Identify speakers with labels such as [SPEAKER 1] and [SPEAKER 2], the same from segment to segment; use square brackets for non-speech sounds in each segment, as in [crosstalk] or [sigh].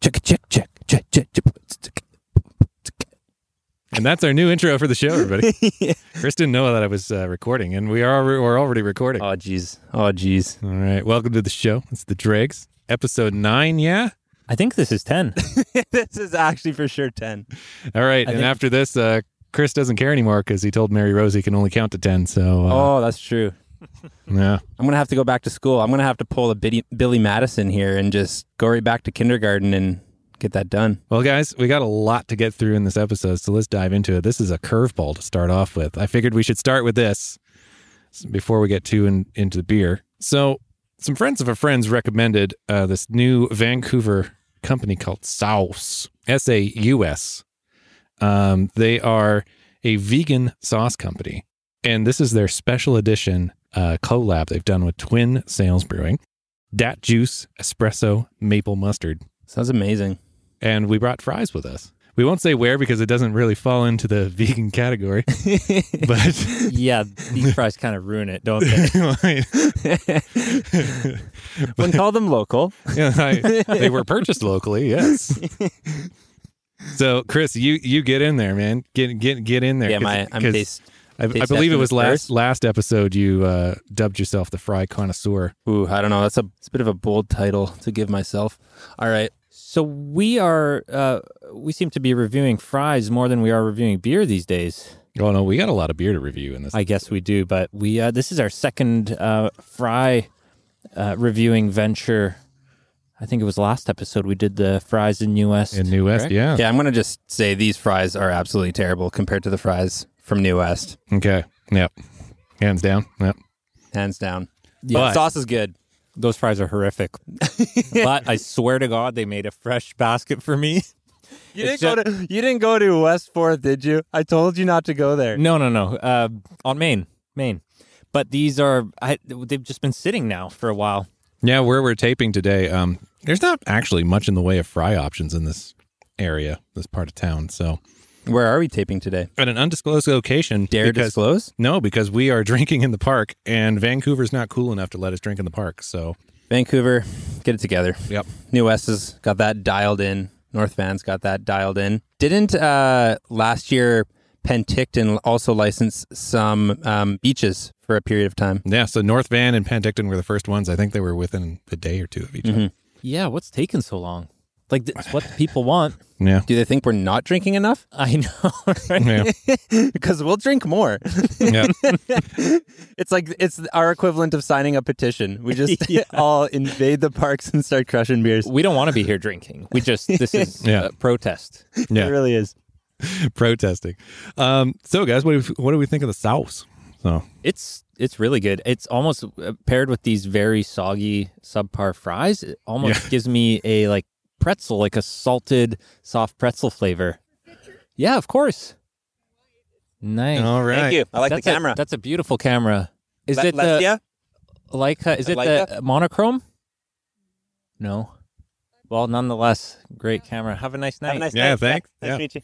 [SPEAKER 1] check, check, check, check, check, check.
[SPEAKER 2] And that's our new intro for the show,
[SPEAKER 3] [laughs]
[SPEAKER 2] everybody. Chris didn't know that I was uh, recording, and we are we're already recording.
[SPEAKER 1] Oh, jeez. Oh, jeez.
[SPEAKER 2] All right, welcome to the show. It's the Dregs, episode nine. Yeah.
[SPEAKER 3] I think this is [laughs] 10.
[SPEAKER 1] this is actually for sure 10.
[SPEAKER 2] All right, and
[SPEAKER 3] I think-
[SPEAKER 2] after this, uh, Chris doesn't care anymore because he told Mary Rose he can only count to ten. So uh,
[SPEAKER 3] oh, that's true.
[SPEAKER 2] yeah,
[SPEAKER 3] I'm going to have to go back to school. I'm going to have to pull a Biddy, Billy Madison here and just go right back to kindergarten and get that done.
[SPEAKER 2] Well, guys, we got a lot to get through in this episode, so let's dive into it. This is a curveball to start off with. I figured we should start with this before we get too in, into the beer. So, some friends of a friend's recommended uh, this new Vancouver company called Saus, S A U S. Um, they are a vegan sauce company, and this is their special edition uh, collab they've done with Twin Sales Brewing. Dat juice, espresso, maple mustard
[SPEAKER 3] Sounds amazing.
[SPEAKER 2] and we brought fries with us. We won't say where because it doesn't really fall into the [laughs] vegan category, but
[SPEAKER 3] [laughs]
[SPEAKER 2] [laughs]
[SPEAKER 3] yeah, [laughs] these fries kind of ruin it, don't they? [laughs] Wouldn't call them local.
[SPEAKER 2] Yeah, I- they were purchased locally, yes. So, Chris, you you get in there, man. Get get get in there.
[SPEAKER 3] Yeah,
[SPEAKER 2] 'cause-
[SPEAKER 3] my, I'm
[SPEAKER 2] 'cause
[SPEAKER 3] based.
[SPEAKER 2] I, I
[SPEAKER 3] taste
[SPEAKER 2] believe it
[SPEAKER 3] testing
[SPEAKER 2] was last
[SPEAKER 3] first.
[SPEAKER 2] last episode you uh, dubbed yourself the fry connoisseur.
[SPEAKER 3] Ooh, I don't know. That's a, it's a bit of a bold title to give myself. All right. So we are, uh, we seem to be reviewing fries more than we are reviewing beer these days.
[SPEAKER 2] Oh no, we got a lot of beer to review in this.
[SPEAKER 3] I guess we do, but we uh, this is our second uh, fry uh, reviewing venture. I think it was last episode we did the fries in US.
[SPEAKER 2] in New West,
[SPEAKER 3] correct?
[SPEAKER 2] yeah.
[SPEAKER 1] Yeah, I'm going to just say these fries are absolutely terrible compared to the fries from New West.
[SPEAKER 2] Okay. Yep. Hands down. Yep.
[SPEAKER 1] Hands down.
[SPEAKER 2] But-
[SPEAKER 1] Sauce is good.
[SPEAKER 3] Those fries are [laughs] horrific, but I swear to God, they made a fresh basket for me.
[SPEAKER 1] You didn't,
[SPEAKER 3] It's
[SPEAKER 1] go to, you didn't go to West 4th, did you? I told you not to go there.
[SPEAKER 3] No, no, no, uh, on Maine, Maine. But these are I, they've just been sitting now for a while.
[SPEAKER 2] Yeah, where we're taping today, um, there's not actually much in the way of fry options in this area, this part of town. So,
[SPEAKER 1] Where are we taping today?
[SPEAKER 2] at an undisclosed location,
[SPEAKER 1] Dare
[SPEAKER 2] because,
[SPEAKER 1] disclose?
[SPEAKER 2] no, because we are [laughs] drinking in the park, and Vancouver's not cool enough to let us drink in the park. So,
[SPEAKER 1] Vancouver, get it together.
[SPEAKER 2] Yep.
[SPEAKER 1] New West has got that dialed in. North Van's got that dialed in. Didn't uh, last year Penticton also license some um, beaches for a period of time?
[SPEAKER 2] yeah, so North Van and Penticton were the first ones. I think they were within a day or two of each other.
[SPEAKER 3] Yeah, what's taking so long? Like it's what people want.
[SPEAKER 2] Yeah,
[SPEAKER 1] Do they think we're not drinking enough?
[SPEAKER 3] [laughs]
[SPEAKER 1] [laughs]
[SPEAKER 3] I know. right?
[SPEAKER 2] yeah,
[SPEAKER 1] because we'll drink more.
[SPEAKER 2] yeah.
[SPEAKER 1] It's like it's our equivalent of signing a petition. We
[SPEAKER 3] [laughs]
[SPEAKER 1] just [laughs] all invade the parks and start crushing beers.
[SPEAKER 3] We don't want to be here drinking. We just this [laughs] is
[SPEAKER 2] Yeah.
[SPEAKER 3] uh, protest.
[SPEAKER 2] Yeah. [laughs]
[SPEAKER 1] It [laughs] really is.
[SPEAKER 2] protesting. Um, so, guys, what do we, what do we think of the sauce? So,
[SPEAKER 3] It's it's really good. It's almost uh, paired with these very soggy subpar fries. It almost gives me a like pretzel, like a salted soft pretzel flavor. Yeah, of course. Nice.
[SPEAKER 2] all right,
[SPEAKER 1] Thank you. I like
[SPEAKER 3] That's
[SPEAKER 1] the
[SPEAKER 3] a-
[SPEAKER 1] camera.
[SPEAKER 3] that's a beautiful camera. Is
[SPEAKER 1] Le-
[SPEAKER 3] it the
[SPEAKER 1] Lestia?
[SPEAKER 3] Leica? Is it the monochrome? No. Well, nonetheless, great camera. Have a nice night.
[SPEAKER 1] Have [laughs] a nice
[SPEAKER 2] Yeah,
[SPEAKER 1] night.
[SPEAKER 2] thanks.
[SPEAKER 1] Nice
[SPEAKER 2] Yeah.
[SPEAKER 1] to meet you.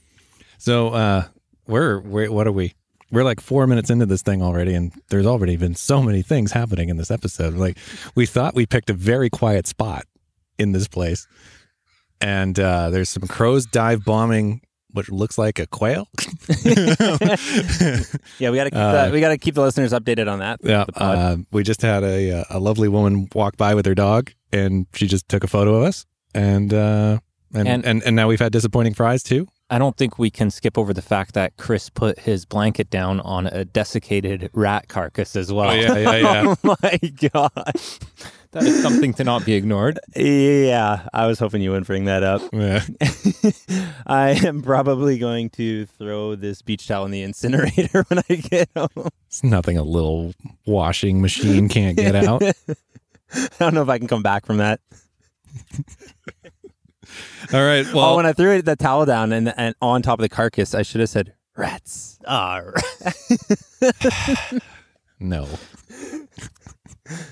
[SPEAKER 2] So uh we're, we what are we? We're like four minutes into this thing already, and there's already been so many things happening in this episode. Like we thought we picked a very quiet spot in this place, and uh there's some crows dive bombing, which looks like a quail. [laughs]
[SPEAKER 1] Yeah, we gotta keep
[SPEAKER 2] Uh,
[SPEAKER 1] the, we gotta keep the listeners updated on that.
[SPEAKER 2] yeah,
[SPEAKER 1] The pod.
[SPEAKER 2] uh, we just had a uh, a lovely woman walk by with her dog, and she just took a photo of us, and uh, and, and
[SPEAKER 3] And-
[SPEAKER 2] and now we've had disappointing fries too. [laughs]
[SPEAKER 3] I don't think we can skip over the fact that Chris put his blanket down on a desiccated rat carcass as well.
[SPEAKER 2] yeah,
[SPEAKER 3] [laughs]
[SPEAKER 1] oh my god.
[SPEAKER 3] [laughs] that is something to [laughs] not be ignored.
[SPEAKER 1] Yeah, I was hoping you wouldn't bring that
[SPEAKER 3] [laughs]
[SPEAKER 1] up.
[SPEAKER 2] yeah.
[SPEAKER 1] I am probably going to throw this beach towel in the incinerator [laughs] when I get home.
[SPEAKER 2] It's nothing a little washing machine can't get out.
[SPEAKER 1] I don't know if I can come back from that.
[SPEAKER 2] [laughs] All right.
[SPEAKER 1] oh,
[SPEAKER 2] Well,
[SPEAKER 1] when I threw it, the towel down and, and on top of the carcass, I should have said rats. Ah, [laughs]
[SPEAKER 2] no.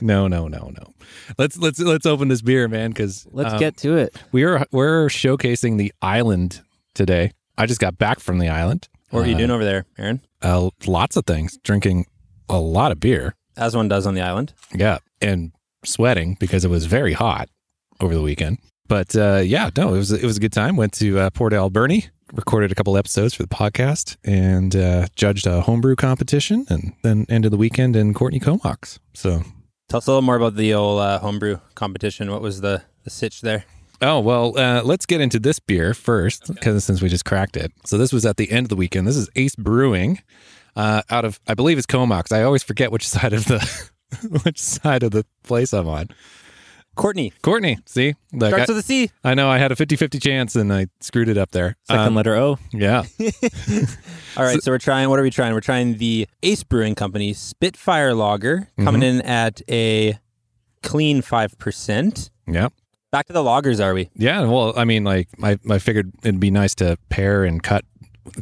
[SPEAKER 2] No, no, no, no. Let's let's let's open this beer, man, cuz
[SPEAKER 3] Let's get to it.
[SPEAKER 2] we're we're showcasing the island today. I just got back from the island.
[SPEAKER 3] Uh-huh.
[SPEAKER 1] what are you
[SPEAKER 2] Uh,
[SPEAKER 1] doing over there, Aaron?
[SPEAKER 2] Uh, lots of things, drinking a lot of beer.
[SPEAKER 1] As one does on the island.
[SPEAKER 2] Yeah, and sweating because it was very hot over the weekend. But uh, yeah, no, it was it was a good time. Went to uh, Port Alberni, recorded a couple episodes for the podcast, and uh, judged a homebrew competition, and then ended the weekend in Courtney Comox. So
[SPEAKER 1] Tell us a little more about the old uh, homebrew competition. What was the, the sitch there?
[SPEAKER 2] Oh, well, uh, let's get into this beer first, because since we just cracked it. So, this was at the end of the weekend. This is Ace Brewing uh, out of, I believe it's Comox. I always forget which [laughs] side of the. Which side of the place I'm on?
[SPEAKER 1] Courtney
[SPEAKER 2] Courtney, see? Like, I,
[SPEAKER 1] starts with a C.
[SPEAKER 2] I know I had a 50 50 chance and I screwed it up there.
[SPEAKER 3] Second
[SPEAKER 2] Um,
[SPEAKER 3] letter O.
[SPEAKER 2] yeah.
[SPEAKER 1] All right, so, we're trying. What are we trying? We're trying the Ace Brewing Company Spitfire Lager coming in at a clean five percent.
[SPEAKER 2] Yeah.
[SPEAKER 1] Back to the loggers, are we?
[SPEAKER 2] Yeah. Well, I mean, like, I, I figured it'd be nice to pair and cut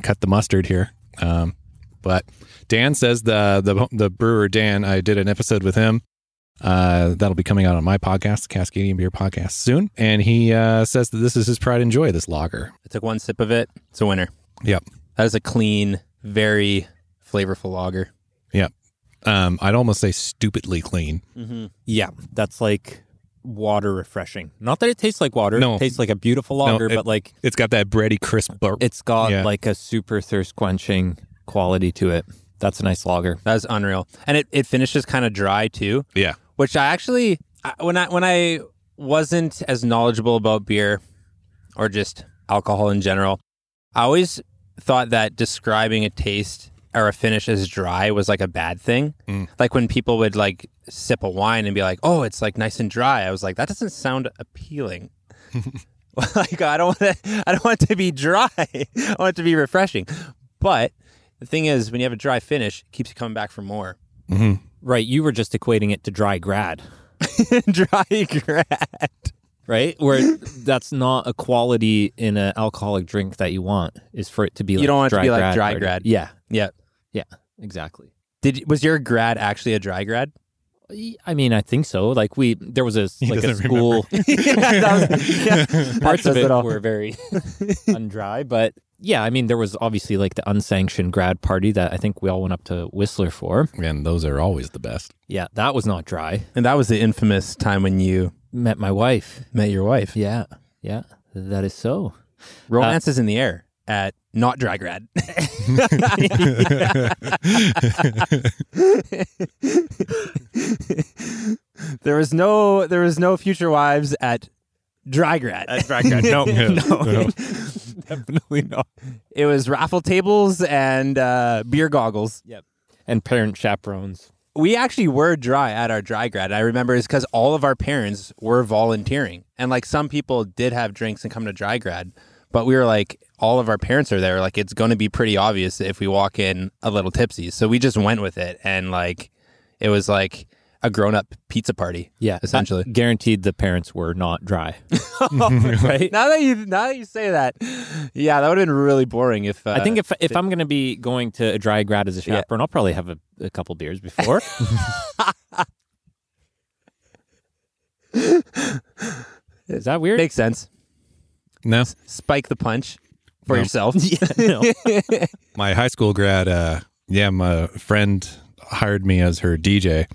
[SPEAKER 2] cut the mustard here. Um, but Dan says the, the the brewer Dan, I did an episode with him. Uh, that'll be coming out on my podcast, the Cascadian Beer Podcast, soon. And he uh, says that this is his pride and joy, this lager.
[SPEAKER 1] I took one sip of it. It's a winner.
[SPEAKER 2] Yep.
[SPEAKER 1] That is a clean, very flavorful lager.
[SPEAKER 2] Um, I'd almost say stupidly clean.
[SPEAKER 1] Mm-hmm.
[SPEAKER 3] Yeah, that's like water refreshing. Not that it tastes like water.
[SPEAKER 2] No.
[SPEAKER 3] It tastes like a beautiful lager,
[SPEAKER 2] it-
[SPEAKER 3] but like
[SPEAKER 2] It's got that bready, crisp burp.
[SPEAKER 3] it's got
[SPEAKER 2] Yeah.
[SPEAKER 3] uh, like a super thirst quenching quality to it. That's a nice lager.
[SPEAKER 1] That is unreal, and it, it finishes kind of dry too.
[SPEAKER 2] yeah.
[SPEAKER 1] which I actually I- when I when I wasn't as knowledgeable about beer or just alcohol in general, I always thought that describing a taste or a finish as dry was like a bad thing.
[SPEAKER 2] Mm.
[SPEAKER 1] Like when people would like sip a wine and be like, "Oh, it's like nice and dry." I was like, "That doesn't sound appealing." like I don't want to, I don't want it to be dry. [laughs] I want it to be refreshing. But the thing is, when you have a dry finish, it keeps you coming back for more.
[SPEAKER 2] hmm
[SPEAKER 3] Right, you were just equating it to dry grad,
[SPEAKER 1] [laughs] dry grad.
[SPEAKER 3] right?
[SPEAKER 1] [laughs]
[SPEAKER 3] Where that's not a quality in an alcoholic drink that you want is for it to be.
[SPEAKER 1] You
[SPEAKER 3] like
[SPEAKER 1] don't want it to
[SPEAKER 3] dry
[SPEAKER 1] be like
[SPEAKER 3] grad
[SPEAKER 1] dry
[SPEAKER 3] or-
[SPEAKER 1] grad.
[SPEAKER 3] Yeah,
[SPEAKER 1] Yeah.
[SPEAKER 3] exactly.
[SPEAKER 1] Did was your grad actually a dry [laughs] grad?
[SPEAKER 3] I mean, I think so. Like we, there was a [laughs] like a
[SPEAKER 2] doesn't
[SPEAKER 3] school.
[SPEAKER 1] That was- [laughs] yeah, that
[SPEAKER 3] parts of
[SPEAKER 1] says
[SPEAKER 3] it,
[SPEAKER 1] all.
[SPEAKER 3] were
[SPEAKER 1] [laughs]
[SPEAKER 3] very undry, but yeah, I mean, there was obviously like the unsanctioned grad party that I think we all went up to Whistler for.
[SPEAKER 2] And those are always the best. [laughs]
[SPEAKER 3] Yeah, that was not dry.
[SPEAKER 1] And that was the infamous time when you
[SPEAKER 3] Met my wife.
[SPEAKER 1] met your wife.
[SPEAKER 3] Yeah, yeah, that is so.
[SPEAKER 1] Romance is in the air at not dry grad. [laughs] there was no there was no future wives at dry grad. At dry grad.
[SPEAKER 2] No, [laughs] no.
[SPEAKER 3] [laughs] Definitely not.
[SPEAKER 1] It was raffle tables and uh, beer goggles.
[SPEAKER 3] And parent chaperones.
[SPEAKER 1] we actually were dry at our dry grad. I remember is because all of our parents were volunteering, and like some people did have drinks and come to dry grad, but we were like, all of our parents are there. Like it's going to be pretty obvious if we walk in a little tipsy. So we just went with it, and like it was like a grown up pizza party.
[SPEAKER 3] Yeah,
[SPEAKER 1] Essentially.
[SPEAKER 3] uh, guaranteed the parents were not [laughs] dry.
[SPEAKER 1] right [laughs] now that you now that you say that, yeah, that would have been really boring if uh,
[SPEAKER 3] I think if if I'm going to be going to a dry grad as a
[SPEAKER 1] Yeah.
[SPEAKER 3] chaperone, I'll probably have a, a couple beers [laughs] before. Is that weird?
[SPEAKER 1] makes sense.
[SPEAKER 2] No.
[SPEAKER 1] Spike the punch for
[SPEAKER 2] No.
[SPEAKER 3] [laughs]
[SPEAKER 1] yourself. [laughs]
[SPEAKER 3] No.
[SPEAKER 2] my high school grad uh yeah my friend hired me as her dj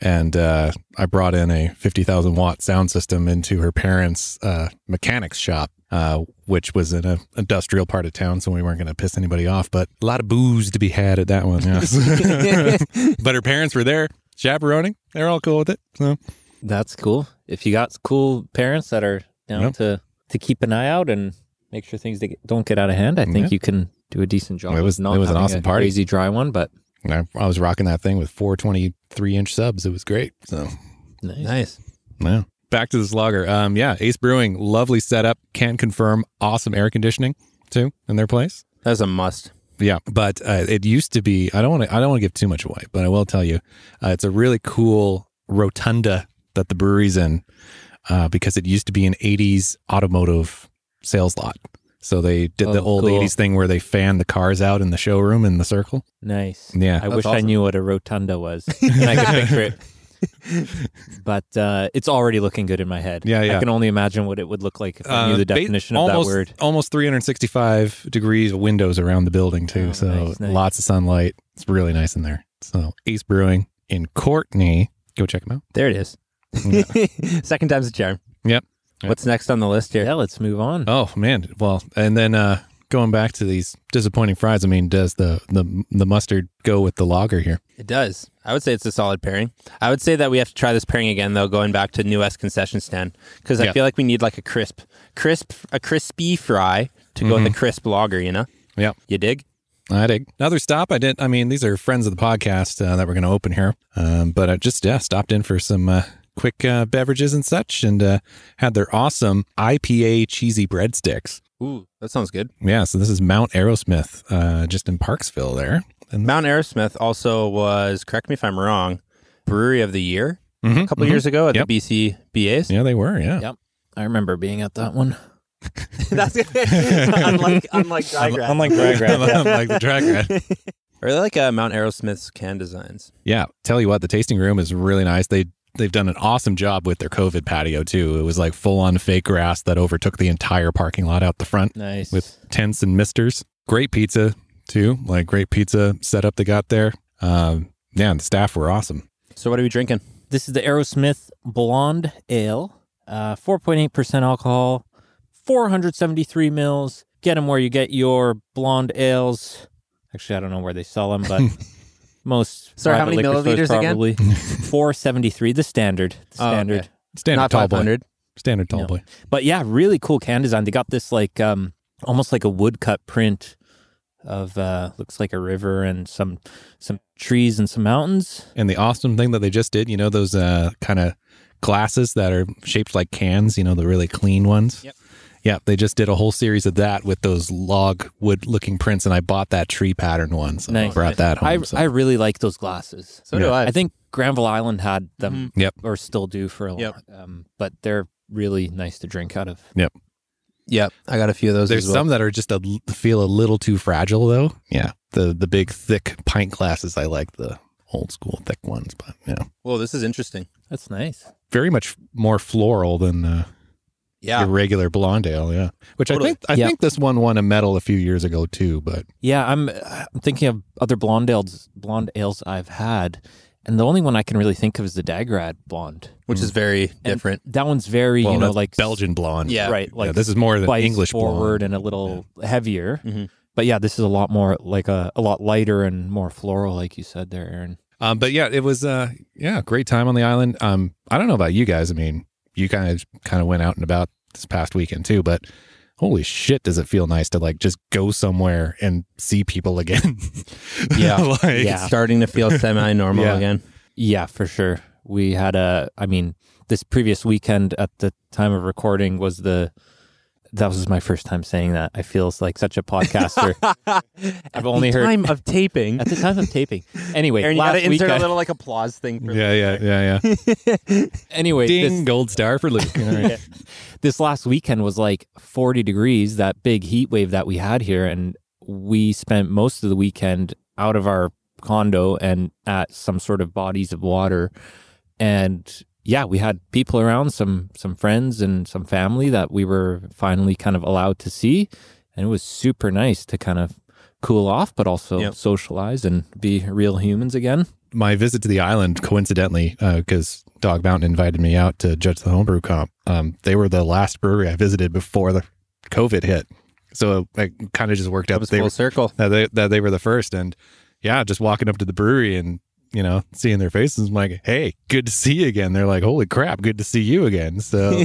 [SPEAKER 2] and uh i brought in a 50000 watt sound system into her parents uh mechanics shop uh which was in a industrial part of town so we weren't going to piss anybody off but a lot of booze to be had at that one yeah. [laughs] but her parents were there chaperoning they're all cool with it so
[SPEAKER 3] That's cool. If you got cool parents that are down
[SPEAKER 2] Yep.
[SPEAKER 3] to to keep an eye out and make sure things that don't get out of hand, I think
[SPEAKER 2] Yeah.
[SPEAKER 3] you can do a decent job.
[SPEAKER 2] It
[SPEAKER 3] of
[SPEAKER 2] was-
[SPEAKER 3] not
[SPEAKER 2] it was an
[SPEAKER 3] having
[SPEAKER 2] awesome
[SPEAKER 3] a
[SPEAKER 2] party.
[SPEAKER 3] crazy dry one, but
[SPEAKER 2] and I, I was rocking that thing with 423 inch subs it was great so
[SPEAKER 3] nice.
[SPEAKER 1] nice.
[SPEAKER 2] Yeah. Back to this lager. Um, yeah, Ace Brewing, lovely setup. Can confirm, awesome air conditioning too in their place.
[SPEAKER 1] That was a must.
[SPEAKER 2] Yeah, but uh, it used to be. I don't want to. I don't want to give too much away, but I will tell you, uh, it's a really cool rotunda that the brewery's in uh, because it used to be an '80s automotive sales lot. So they did the
[SPEAKER 3] Oh,
[SPEAKER 2] old
[SPEAKER 3] cool.
[SPEAKER 2] '80s thing where they fan the cars out in the showroom in the circle.
[SPEAKER 3] Nice.
[SPEAKER 2] Yeah,
[SPEAKER 3] I wish I
[SPEAKER 1] awesome.
[SPEAKER 3] knew what a rotunda
[SPEAKER 2] [laughs]
[SPEAKER 3] was and I could picture it. But uh, it's already looking good in my head.
[SPEAKER 2] Yeah, yeah.
[SPEAKER 3] I can only imagine what it would look like if I knew
[SPEAKER 2] Uh,
[SPEAKER 3] the
[SPEAKER 2] ba-
[SPEAKER 3] definition of
[SPEAKER 2] almost,
[SPEAKER 3] that word.
[SPEAKER 2] Almost 365 degrees of windows around the building too,
[SPEAKER 3] Oh,
[SPEAKER 2] so
[SPEAKER 3] nice, nice.
[SPEAKER 2] lots of sunlight. It's really nice in there. So Ace Brewing
[SPEAKER 3] [laughs]
[SPEAKER 2] in Courtney, go check them out.
[SPEAKER 1] There it is. Second time's a charm.
[SPEAKER 2] Yep.
[SPEAKER 1] What's next on the list here?
[SPEAKER 3] Yeah, let's move on.
[SPEAKER 2] Oh man, well, and then uh, going back to these disappointing fries. I mean, does the the the mustard go with the lager here?
[SPEAKER 1] It does. I would say it's a solid pairing. I would say that we have to try this pairing again though, going back to New S concession stand because I
[SPEAKER 2] Yeah.
[SPEAKER 1] feel like we need like a crisp, crisp, a crispy fry to go
[SPEAKER 3] Mm-hmm.
[SPEAKER 1] with a crisp lager. You know?
[SPEAKER 2] Yeah.
[SPEAKER 1] You dig?
[SPEAKER 2] I dig. Another stop. I didn't. I mean, these are friends of the podcast uh, that we're going to open here. Um, but I just yeah stopped in for some uh, quick uh, beverages and such, and uh, had their awesome IPA cheesy breadsticks.
[SPEAKER 1] Ooh, that sounds good.
[SPEAKER 2] Yeah. So this is Mount Aerosmith, uh, just in Parksville there. And
[SPEAKER 1] Mount Aerosmith also was, correct me if I'm wrong, brewery of the year
[SPEAKER 2] Mhm,
[SPEAKER 1] a couple
[SPEAKER 2] mhm.
[SPEAKER 1] years ago at
[SPEAKER 2] Yep.
[SPEAKER 1] the BC BAs.
[SPEAKER 2] Yeah, they were. Yeah.
[SPEAKER 3] Mm-hmm, Yeah. I remember being at that one.
[SPEAKER 1] [laughs] That's unlike unlike Diagram.
[SPEAKER 2] Unlike Dragrat. [laughs] Unlike the Dragrat.
[SPEAKER 1] [laughs] I really like uh, Mount Aerosmith's can designs.
[SPEAKER 2] Yeah, tell you what, the tasting room is really nice. They they've done an awesome job with their COVID patio too. It was like full on fake grass that overtook the entire parking lot out the front
[SPEAKER 3] Nice.
[SPEAKER 2] with tents and misters. Great pizza too, like great pizza setup they got there. Um, yeah, and the staff were awesome.
[SPEAKER 1] So what are we drinking?
[SPEAKER 3] This is the Aerosmith Blonde Ale, uh, 4.8% alcohol, 473 mils. Get them where you get your blonde ales. Actually, I don't know where they sell them,
[SPEAKER 2] [laughs]
[SPEAKER 3] but most.
[SPEAKER 1] Sorry, how
[SPEAKER 3] private
[SPEAKER 1] many
[SPEAKER 3] liquor stores
[SPEAKER 1] milliliters again?
[SPEAKER 3] probably. 473, the standard. The
[SPEAKER 1] Oh, okay.
[SPEAKER 3] standard.
[SPEAKER 2] Standard
[SPEAKER 1] Not
[SPEAKER 2] tall boy.
[SPEAKER 1] 500.
[SPEAKER 2] Standard tall
[SPEAKER 3] No.
[SPEAKER 2] boy.
[SPEAKER 3] But yeah, really cool can design. They got this like um almost like a woodcut print of uh looks like a river and some some trees and some mountains.
[SPEAKER 2] And the awesome thing that they just did, you know, those uh, kind of glasses that are shaped like cans, you know, the really clean ones.
[SPEAKER 1] Yep.
[SPEAKER 2] Yeah, they just did a whole series of that with those log wood looking prints, and I bought that tree pattern one, so I
[SPEAKER 3] Nice.
[SPEAKER 2] brought that home.
[SPEAKER 3] I
[SPEAKER 2] so.
[SPEAKER 3] I really like those glasses.
[SPEAKER 1] So do
[SPEAKER 2] Yeah.
[SPEAKER 1] I. Mm-hmm.
[SPEAKER 3] I think Granville Island had them
[SPEAKER 2] Yep.
[SPEAKER 3] or still do for a
[SPEAKER 1] Yep.
[SPEAKER 3] long um but they're really nice to drink out of.
[SPEAKER 1] Yep, I got a few of those.
[SPEAKER 2] There's
[SPEAKER 1] as well.
[SPEAKER 2] some that are just a l- feel a little too fragile though. Yeah, the the big thick pint glasses. I like the old school thick ones, but yeah,
[SPEAKER 1] Well, this is interesting.
[SPEAKER 3] That's nice.
[SPEAKER 2] very much more floral than uh,
[SPEAKER 1] Yeah,
[SPEAKER 2] your regular blonde ale. Yeah, which
[SPEAKER 1] Totally.
[SPEAKER 2] I think I
[SPEAKER 3] Yeah.
[SPEAKER 2] think this one won a medal a few years ago too. But
[SPEAKER 3] Yeah, I'm I'm thinking of other blonde ales blonde ales I've had. And the only one I can really think of is the Dagrad blonde.
[SPEAKER 1] which is very
[SPEAKER 3] And
[SPEAKER 1] different.
[SPEAKER 3] That one's very,
[SPEAKER 2] well,
[SPEAKER 3] you know,
[SPEAKER 2] that's
[SPEAKER 3] like
[SPEAKER 2] Belgian blonde.
[SPEAKER 1] Yeah.
[SPEAKER 3] right? Like
[SPEAKER 2] yeah, this is more than
[SPEAKER 3] spice
[SPEAKER 2] English
[SPEAKER 3] forward
[SPEAKER 2] blonde.
[SPEAKER 3] and a little heavier.
[SPEAKER 1] Mhm.
[SPEAKER 3] But yeah, this is a lot more like a, a lot lighter and more floral, like you said there, Aaron.
[SPEAKER 2] Um, but yeah, it was uh, yeah, great time on the island. Um, I don't know about you guys. I mean, you kind of kind of went out and about this past weekend too, but holy shit, does it feel nice to like just go somewhere and see people again? [laughs]
[SPEAKER 1] Yeah.
[SPEAKER 2] like,
[SPEAKER 3] Yeah.
[SPEAKER 1] It's starting to feel semi-normal
[SPEAKER 2] [laughs] Yeah.
[SPEAKER 1] [laughs] again.
[SPEAKER 3] Yeah, for sure. We had a, I mean, this previous weekend at the time of recording was the, that was my first time saying that. I feel like such a
[SPEAKER 1] [laughs]
[SPEAKER 3] podcaster.
[SPEAKER 2] [laughs]
[SPEAKER 3] I've only heard
[SPEAKER 1] time of taping.
[SPEAKER 3] at the time of taping. Anyway,
[SPEAKER 1] Aaron, you
[SPEAKER 3] last
[SPEAKER 1] gotta insert
[SPEAKER 3] weekend.
[SPEAKER 1] a little like applause thing for
[SPEAKER 2] yeah, yeah, yeah, yeah.
[SPEAKER 3] [laughs] anyway, this-
[SPEAKER 2] Ding, gold star for
[SPEAKER 3] [laughs]
[SPEAKER 2] Luke. All right.
[SPEAKER 3] this last weekend was like 40 degrees, that big heat wave that we had here. And we spent most of the weekend out of our condo and at some sort of bodies of water. And yeah, we had people around, some some friends and some family that we were finally kind of allowed to see. And it was super nice to kind of cool off, but also
[SPEAKER 1] Yep.
[SPEAKER 3] socialize and be real humans again.
[SPEAKER 2] my visit to the island, coincidentally, because Dog Mountain invited me out to judge the homebrew comp. Um, they were the last brewery I visited before the COVID hit, so it kind of just worked out.
[SPEAKER 1] Comes
[SPEAKER 2] that They
[SPEAKER 1] full
[SPEAKER 2] were,
[SPEAKER 1] circle.
[SPEAKER 2] that they that they were the first, and yeah, just walking up to the brewery and you know seeing their faces, I'm like, hey, good to see you again. They're like, holy crap, good to see you again. So [laughs]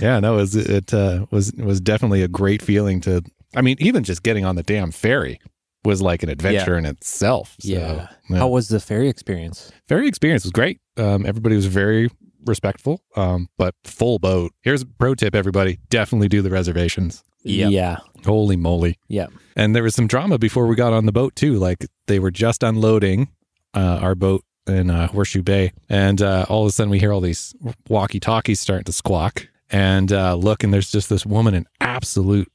[SPEAKER 2] yeah, no, it was it uh, was was definitely a great feeling to. I mean, even just getting on the damn ferry was like an adventure in itself. So,
[SPEAKER 3] How was the ferry experience?
[SPEAKER 2] very experienced. It was great. Um, everybody was very respectful, um, but full boat. Here's a pro tip, everybody. Definitely do the reservations.
[SPEAKER 1] Yep.
[SPEAKER 3] Yeah.
[SPEAKER 2] Holy moly.
[SPEAKER 3] Yeah.
[SPEAKER 2] And there was some drama before we got on the boat, too. Like they were just unloading uh, our boat in uh, Horseshoe Bay. And uh, all of a sudden we hear all these walkie talkies starting to squawk and uh, look, and there's just this woman in absolute,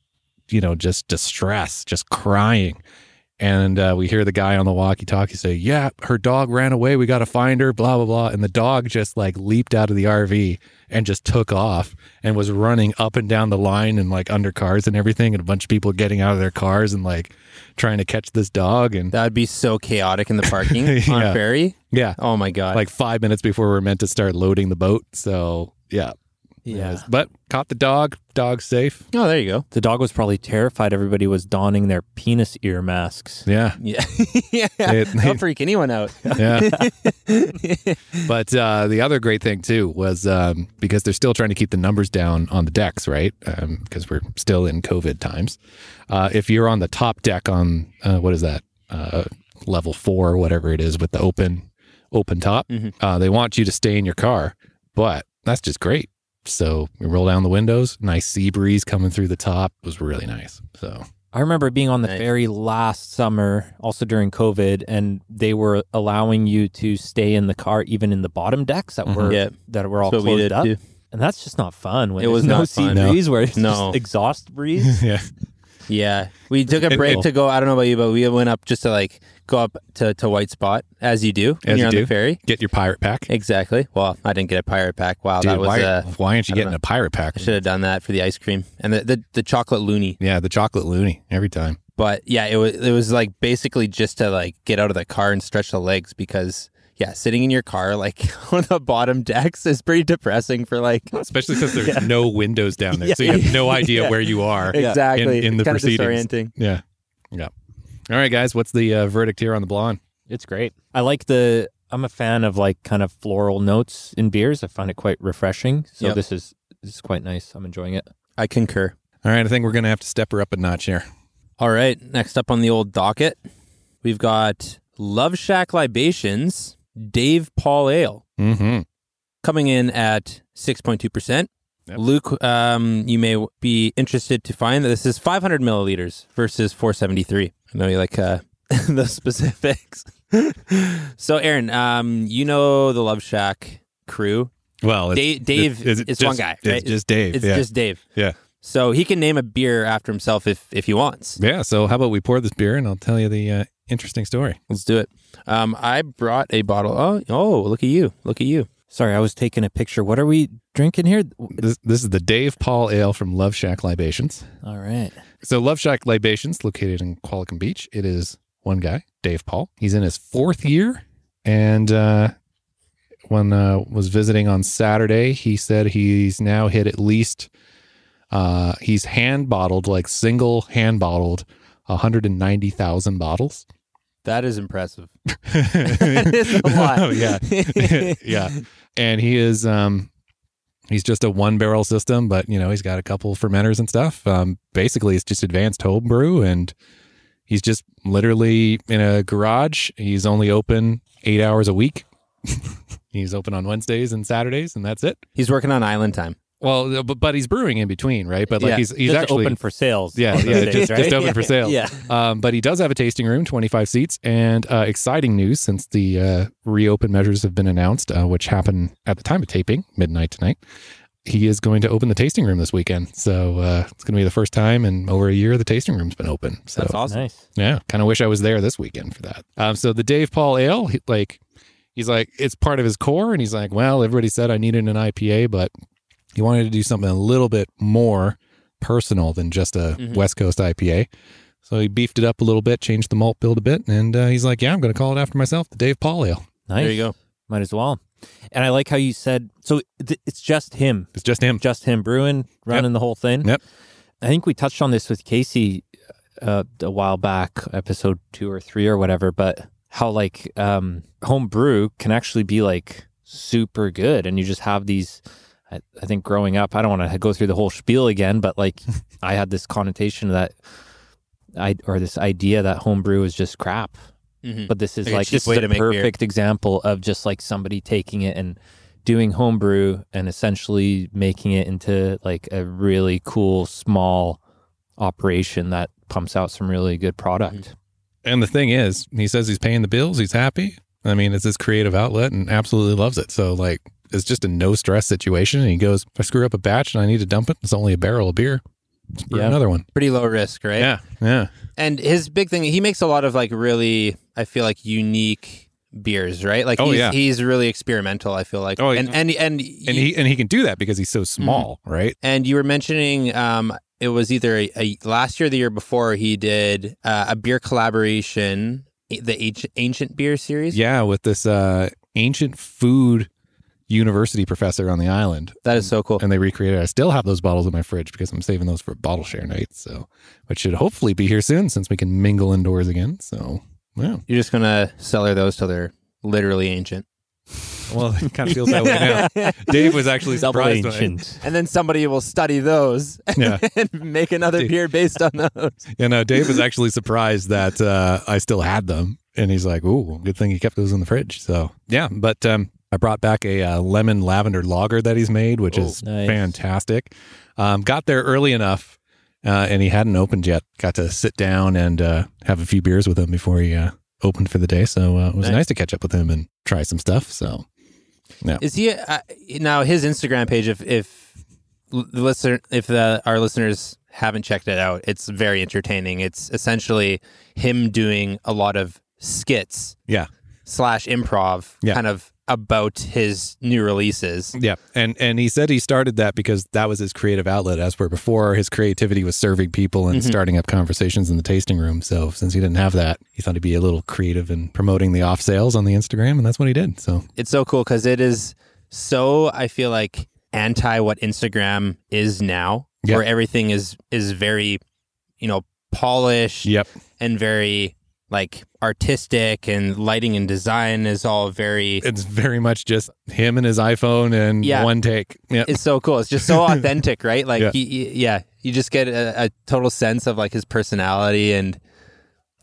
[SPEAKER 2] you know, just distress, just crying. And uh, we hear the guy on the walkie talkie say, Yeah, her dog ran away. We got to find her, blah, blah, blah. And the dog just like leaped out of the RV and just took off and was running up and down the line and like under cars and everything. And a bunch of people getting out of their cars and like trying to catch this dog.
[SPEAKER 1] [laughs]
[SPEAKER 2] And
[SPEAKER 1] That would be so chaotic
[SPEAKER 2] [laughs]
[SPEAKER 1] in the parking on
[SPEAKER 2] Yeah.
[SPEAKER 1] a ferry.
[SPEAKER 2] yeah,
[SPEAKER 1] Oh my god!
[SPEAKER 2] like five minutes before we're meant to start loading the boat. So yeah,
[SPEAKER 1] Yeah.
[SPEAKER 2] But caught the dog. Dog safe.
[SPEAKER 1] Oh, there you go.
[SPEAKER 3] The dog was probably terrified everybody was donning their penis ear masks.
[SPEAKER 2] Yeah. [laughs]
[SPEAKER 1] Yeah. [laughs] yeah.
[SPEAKER 2] They-
[SPEAKER 1] They'll freak anyone [laughs] out.
[SPEAKER 2] Yeah. but uh, the other great thing too was um, because they're still trying to keep the numbers down on the decks, right? Because we're still in COVID times. Uh, if you're on the top deck on uh, what is that uh, level four, whatever it is, with the open open top,
[SPEAKER 1] Mhm.
[SPEAKER 2] uh, they want you to stay in your car. But that's just great. So we roll down the windows, nice sea breeze coming through the top It was really nice.
[SPEAKER 1] [laughs]
[SPEAKER 2] So
[SPEAKER 3] I remember being on the
[SPEAKER 1] Nice.
[SPEAKER 3] ferry last summer, also during COVID, and they were allowing you to stay in the car even in the bottom decks that
[SPEAKER 2] Mhm.
[SPEAKER 3] were
[SPEAKER 1] Mm-hmm. Yeah.
[SPEAKER 3] that were all
[SPEAKER 1] That's what we
[SPEAKER 3] closed
[SPEAKER 1] did
[SPEAKER 3] up.
[SPEAKER 1] too.
[SPEAKER 3] And that's just not fun when
[SPEAKER 1] It
[SPEAKER 3] there's
[SPEAKER 1] was
[SPEAKER 3] no
[SPEAKER 1] not
[SPEAKER 3] sea
[SPEAKER 1] fun.
[SPEAKER 2] No.
[SPEAKER 3] breeze where it's
[SPEAKER 1] No.
[SPEAKER 3] just
[SPEAKER 1] [laughs]
[SPEAKER 3] exhaust breeze.
[SPEAKER 2] yeah,
[SPEAKER 1] Yeah. We took a
[SPEAKER 2] It-
[SPEAKER 1] break
[SPEAKER 2] it-
[SPEAKER 1] to go. I don't know about you, but we went up just to like go up to, to White Spot as you do when you're
[SPEAKER 2] As you
[SPEAKER 1] on
[SPEAKER 2] do.
[SPEAKER 1] the ferry.
[SPEAKER 2] get your pirate pack.
[SPEAKER 1] Exactly. Well, I didn't get a pirate pack. Wow,
[SPEAKER 2] Dude,
[SPEAKER 1] that was
[SPEAKER 2] why,
[SPEAKER 1] uh,
[SPEAKER 2] why aren't you
[SPEAKER 1] I don't
[SPEAKER 2] getting a pirate pack?
[SPEAKER 1] I should have done that for the ice cream and the, the, the chocolate loony.
[SPEAKER 2] Yeah, the chocolate loony every time.
[SPEAKER 1] But yeah, it was it was like basically just to like get out of the car and stretch the legs because yeah, sitting in your car like [laughs] on the bottom decks is pretty depressing for like
[SPEAKER 2] Especially because [laughs] there's no windows down there, so you have [laughs] no idea where you are.
[SPEAKER 1] exactly
[SPEAKER 2] In- in the
[SPEAKER 1] kind
[SPEAKER 2] proceedings.
[SPEAKER 1] Of disorienting.
[SPEAKER 2] Yeah, yeah. All right, guys, what's the uh, verdict here on the blonde?
[SPEAKER 3] It's great. I like the. I'm a fan of like kind of floral notes in beers. I find it quite refreshing. So
[SPEAKER 1] Yep.
[SPEAKER 3] this is this is quite nice. I'm enjoying it.
[SPEAKER 1] I concur.
[SPEAKER 2] All right, I think we're gonna have to step her up a notch here.
[SPEAKER 1] All right, next up on the old docket, we've got Love Shack Libations, Dave Paul Ale.
[SPEAKER 2] Mm-hmm.
[SPEAKER 1] coming in at 6.2%.
[SPEAKER 2] Yep.
[SPEAKER 1] Luke, um, you may be interested to find that this is 500 milliliters versus 473. I know you like uh, [laughs] the specifics. [laughs] so, Aaron, um, you know the Love Shack crew.
[SPEAKER 2] Well, it's,
[SPEAKER 1] Da- Dave
[SPEAKER 2] it's,
[SPEAKER 1] is
[SPEAKER 2] it's
[SPEAKER 1] one
[SPEAKER 2] just-
[SPEAKER 1] guy,
[SPEAKER 2] It's
[SPEAKER 1] right?
[SPEAKER 2] just Dave.
[SPEAKER 1] It's
[SPEAKER 2] yeah.
[SPEAKER 1] just Dave.
[SPEAKER 2] Yeah.
[SPEAKER 1] So he can name a beer after himself if if he wants.
[SPEAKER 2] yeah. So how about we pour this beer and I'll tell you the uh, interesting story.
[SPEAKER 1] Let's do it. Um, I brought a bottle. Oh, oh, look at you! Look at you!
[SPEAKER 3] Sorry, I was taking a picture. What are we drinking here?
[SPEAKER 2] This, this is the Dave Paul Ale from Love Shack Libations.
[SPEAKER 3] All right.
[SPEAKER 2] So Love Shack Libations, located in Qualicum Beach. It is one guy, Dave Paul. He's in his fourth year, and uh, when uh, was visiting on Saturday, he said he's now hit at least. Uh, he's hand bottled, like single hand bottled, hundred and ninety thousand bottles.
[SPEAKER 1] That is impressive. [laughs] that
[SPEAKER 2] [laughs] yeah,
[SPEAKER 1] is a
[SPEAKER 3] [laughs]
[SPEAKER 1] lot.
[SPEAKER 3] Oh,
[SPEAKER 1] [laughs] yeah.
[SPEAKER 2] yeah, and he is um, he's just a one barrel system, but you know he's got a couple fermenters and stuff. Um, basically, it's just advanced home brew, and he's just literally in a garage. He's only open eight hours a week. [laughs] he's open on Wednesdays and Saturdays, and that's it.
[SPEAKER 1] He's working on Island Time.
[SPEAKER 2] Well, uh, but, but he's brewing in between, right? But like
[SPEAKER 1] Yeah,
[SPEAKER 2] he's he's
[SPEAKER 3] just
[SPEAKER 2] actually
[SPEAKER 3] open for sales.
[SPEAKER 2] yeah
[SPEAKER 3] [laughs] on
[SPEAKER 2] yeah
[SPEAKER 3] those
[SPEAKER 2] just,
[SPEAKER 3] days, right?
[SPEAKER 2] just open for sale.
[SPEAKER 1] Yeah.
[SPEAKER 2] Um, but he does have a tasting room, 25 seats, and uh, exciting news since the uh, reopen measures have been announced, uh, which happen at the time of taping, midnight tonight. He is going to open the tasting room this weekend. So uh, it's going to be the first time in over a year the tasting room's been open. So
[SPEAKER 1] That's awesome.
[SPEAKER 3] Nice.
[SPEAKER 2] yeah, kind of wish I was there this weekend for that. Um, so the Dave Paul Ale, he- like, he's like, it's part of his core, and he's like, well, everybody said I needed an IPA, but he wanted to do something a little bit more personal than just a
[SPEAKER 1] Mhm.
[SPEAKER 2] West Coast IPA. So he beefed it up a little bit, changed the malt build a bit, and uh, he's like, yeah, I'm going to call it after myself, the Dave Paul Ale.
[SPEAKER 3] Nice.
[SPEAKER 1] There you go.
[SPEAKER 3] Might as well. And I like how you said so. Th- it's just him,
[SPEAKER 2] It's just him.
[SPEAKER 3] just him brewing, running the whole thing.
[SPEAKER 2] Yep.
[SPEAKER 3] I think we touched on this with Casey uh, a while back, episode two or three or whatever. But how like um, home brew can actually be like super good, and you just have these. I, I think growing up, I don't want to go through the whole spiel again,
[SPEAKER 2] [laughs]
[SPEAKER 3] but like I had this connotation that. I, or this idea that homebrew is just crap
[SPEAKER 1] Mhm.
[SPEAKER 2] Mm-hmm.
[SPEAKER 3] but this is
[SPEAKER 1] Like a
[SPEAKER 3] like,
[SPEAKER 1] cheap
[SPEAKER 3] this
[SPEAKER 1] way
[SPEAKER 3] is
[SPEAKER 1] to
[SPEAKER 3] a
[SPEAKER 1] make beer.
[SPEAKER 3] perfect example of just like somebody taking it and doing homebrew and essentially making it into like a really cool small operation that pumps out some really good product.
[SPEAKER 1] Mm-hmm.
[SPEAKER 2] And the thing is, he says he's paying the bills, he's happy. I mean, it's his creative outlet and absolutely loves it. So, like, it's just a no stress situation. And he goes, if I screw up a batch and I need to dump it, it's only a barrel of beer. Let's brew
[SPEAKER 3] Yeah.
[SPEAKER 2] another one.
[SPEAKER 1] pretty low risk, right?
[SPEAKER 2] Yeah. Yeah.
[SPEAKER 1] And his big thing, he makes a lot of like really, I feel like unique beers, right? Like
[SPEAKER 2] Oh,
[SPEAKER 1] he's,
[SPEAKER 2] yeah.
[SPEAKER 1] he's really experimental. I feel like.
[SPEAKER 2] Oh,
[SPEAKER 1] and,
[SPEAKER 2] yeah.
[SPEAKER 1] and and
[SPEAKER 2] And he Mm-hmm. and he can do that because he's so small, right?
[SPEAKER 1] and you were mentioning um, it was either a, a last year, or the year before, he did uh, a beer collaboration, the ancient, ancient beer series.
[SPEAKER 2] Yeah, with this uh ancient food university professor on the island.
[SPEAKER 1] That is so cool.
[SPEAKER 2] And they recreated it. I still have those bottles in my fridge because I'm saving those for bottle share night. So, which should hopefully be here soon since we can mingle indoors again. So, yeah.
[SPEAKER 1] You're just gonna cellar those till they're literally ancient,
[SPEAKER 2] Well, it kind of feels that way [laughs] now. Dave was actually
[SPEAKER 3] Double
[SPEAKER 2] surprised. when I-
[SPEAKER 3] ancient.
[SPEAKER 1] [laughs] and then somebody will study those [laughs]
[SPEAKER 2] [laughs] Yeah.
[SPEAKER 1] and make another
[SPEAKER 2] Dude.
[SPEAKER 1] beer based on those.
[SPEAKER 2] Yeah, no, Dave was actually surprised that uh, I still had them. And he's like, ooh, good thing he kept those in the fridge. So, yeah. But um, I brought back a uh, lemon lavender lager that he's made, which is
[SPEAKER 3] Ooh, nice.
[SPEAKER 2] fantastic. Um, got there early enough uh, and he hadn't opened yet. Got to sit down and uh, have a few beers with him before he uh, opened for the day. So uh, it was
[SPEAKER 1] Nice.
[SPEAKER 2] nice. to catch up with him and try some stuff. So,
[SPEAKER 1] [laughs] Is he uh, now his Instagram page? If if l- the listener, if the, our listeners haven't checked it out, it's very entertaining. It's essentially him doing a lot of skits
[SPEAKER 2] yeah.
[SPEAKER 1] slash improv,
[SPEAKER 2] Yeah.
[SPEAKER 1] kind of about his new releases.
[SPEAKER 2] Yeah, and and he said he started that because that was his creative outlet. As where before, his creativity was serving people and starting up conversations in the tasting room. So since he didn't have that, he thought he'd be a little creative in promoting the off sales on the Instagram, and that's what he did. So
[SPEAKER 1] It's so cool because it is so. I feel like anti what Instagram is now,
[SPEAKER 2] Yeah.
[SPEAKER 1] where everything is is very, you know, polished.
[SPEAKER 2] yep,
[SPEAKER 1] and very like artistic and lighting and design is all very
[SPEAKER 2] it's very much just him and his iPhone and
[SPEAKER 1] Yeah.
[SPEAKER 2] one take. Yeah,
[SPEAKER 1] it's so cool it's just [laughs] so authentic right like
[SPEAKER 2] Yeah.
[SPEAKER 1] He, he- yeah you just get a, a total sense of like his personality and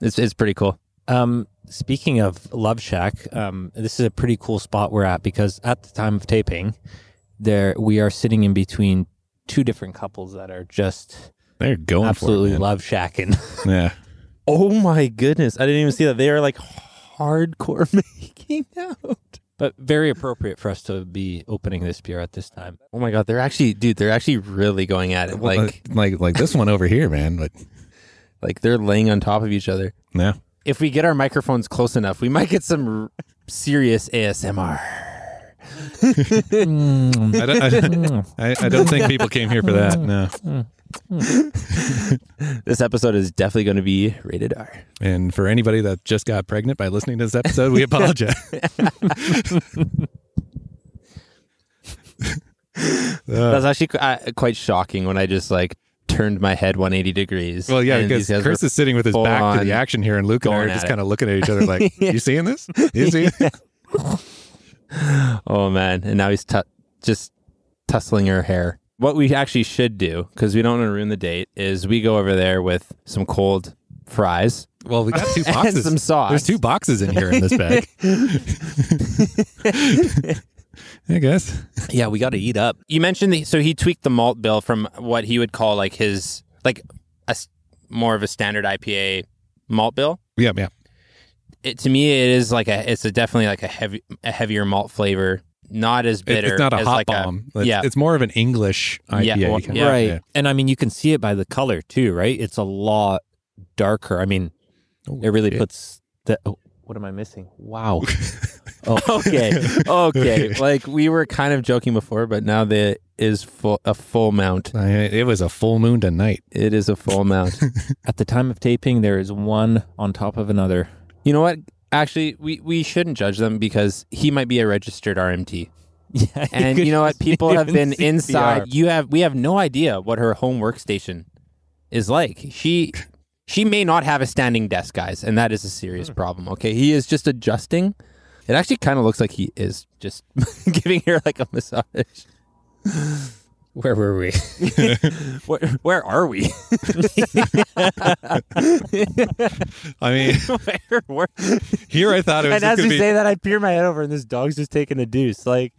[SPEAKER 1] it's, it's pretty cool
[SPEAKER 3] Um, speaking of Love Shack, um, this is a pretty cool spot we're at because at the time of taping, there we are sitting in between two different couples that are just
[SPEAKER 2] they're going
[SPEAKER 3] absolutely
[SPEAKER 2] for it, man.
[SPEAKER 3] love shacking.
[SPEAKER 2] yeah.
[SPEAKER 1] oh my goodness i didn't even see that they are like hardcore [laughs] making out
[SPEAKER 3] but very appropriate for us to be opening this beer at this time.
[SPEAKER 1] oh my god they're actually dude they're actually really going at it
[SPEAKER 2] Well,
[SPEAKER 1] like
[SPEAKER 2] like like this one over here, man. But
[SPEAKER 1] like they're laying on top of each other
[SPEAKER 2] yeah,
[SPEAKER 1] if we get our microphones close enough we might get some r- serious asmr
[SPEAKER 2] I don't, I, I, I don't think people came here for that. No,
[SPEAKER 1] This episode is definitely going to be rated R.
[SPEAKER 2] and for anybody that just got pregnant by listening to this
[SPEAKER 1] [laughs]
[SPEAKER 2] episode, we apologize.
[SPEAKER 1] That's actually qu- uh, quite shocking when I just like turned my head 180 degrees.
[SPEAKER 2] Well, yeah,
[SPEAKER 1] and
[SPEAKER 2] because
[SPEAKER 1] these guys
[SPEAKER 2] Chris
[SPEAKER 1] were-
[SPEAKER 2] is sitting with his
[SPEAKER 1] full
[SPEAKER 2] back to the
[SPEAKER 1] on
[SPEAKER 2] action here, and Luke and I are
[SPEAKER 1] going at
[SPEAKER 2] just
[SPEAKER 1] it.
[SPEAKER 2] kind of looking at each
[SPEAKER 1] [laughs]
[SPEAKER 2] other like, "You seeing this? You see?"
[SPEAKER 1] oh man, and now he's tu- just tussling her hair. What we actually should do, because we don't want to ruin the date, is we go over there with some cold fries.
[SPEAKER 2] Well,
[SPEAKER 1] [laughs]
[SPEAKER 2] we got two
[SPEAKER 1] boxes.
[SPEAKER 2] boxes.
[SPEAKER 1] some sauce.
[SPEAKER 2] There's two boxes in here in this bag. [laughs] I guess.
[SPEAKER 3] Yeah, we got to eat up.
[SPEAKER 1] You mentioned the, so he tweaked the malt bill from what he would call like his like a s- more of a standard IPA malt bill.
[SPEAKER 2] Yeah, yeah.
[SPEAKER 1] It, to me, it is like a it's a definitely like a heavy a heavier malt flavor, not as
[SPEAKER 2] It-
[SPEAKER 1] bitter.
[SPEAKER 2] it's not a
[SPEAKER 1] as
[SPEAKER 2] hot
[SPEAKER 1] like
[SPEAKER 2] bomb. it's,
[SPEAKER 1] yeah.
[SPEAKER 2] it's more of an English IPA.
[SPEAKER 1] Yeah, well,
[SPEAKER 2] kind of-
[SPEAKER 1] Yeah.
[SPEAKER 3] Right. And I mean, you can see it by the color too, right? It's a lot darker. I mean,
[SPEAKER 2] Oh,
[SPEAKER 3] it really
[SPEAKER 2] shit.
[SPEAKER 3] puts the. Oh, what am I missing?
[SPEAKER 2] [laughs]
[SPEAKER 3] Wow.
[SPEAKER 1] [laughs]
[SPEAKER 3] Oh,
[SPEAKER 1] okay okay [laughs] like we were kind of joking before but now there is full a full mount
[SPEAKER 2] I- it was a full moon tonight.
[SPEAKER 1] [laughs] it is a full mount
[SPEAKER 3] At the time of taping, there is one on top of another. [laughs]
[SPEAKER 1] you know what actually we we shouldn't judge them because he might be a registered rmt
[SPEAKER 3] Yeah,
[SPEAKER 1] and [laughs] you know what people have been inside you have we have no idea what her home workstation is like she she may not have a standing desk guys and that is a serious problem okay he is just adjusting it actually kind of looks like he is just [laughs] giving her like a massage [laughs]
[SPEAKER 3] Where were we?
[SPEAKER 1] where, where are we [laughs]
[SPEAKER 2] I mean,
[SPEAKER 1] where, [laughs] where,
[SPEAKER 2] here I thought it
[SPEAKER 1] and
[SPEAKER 2] was just
[SPEAKER 1] as
[SPEAKER 2] going
[SPEAKER 1] you
[SPEAKER 2] to be.
[SPEAKER 1] say that, I peer my head over, and this dog's just taking a deuce. Like,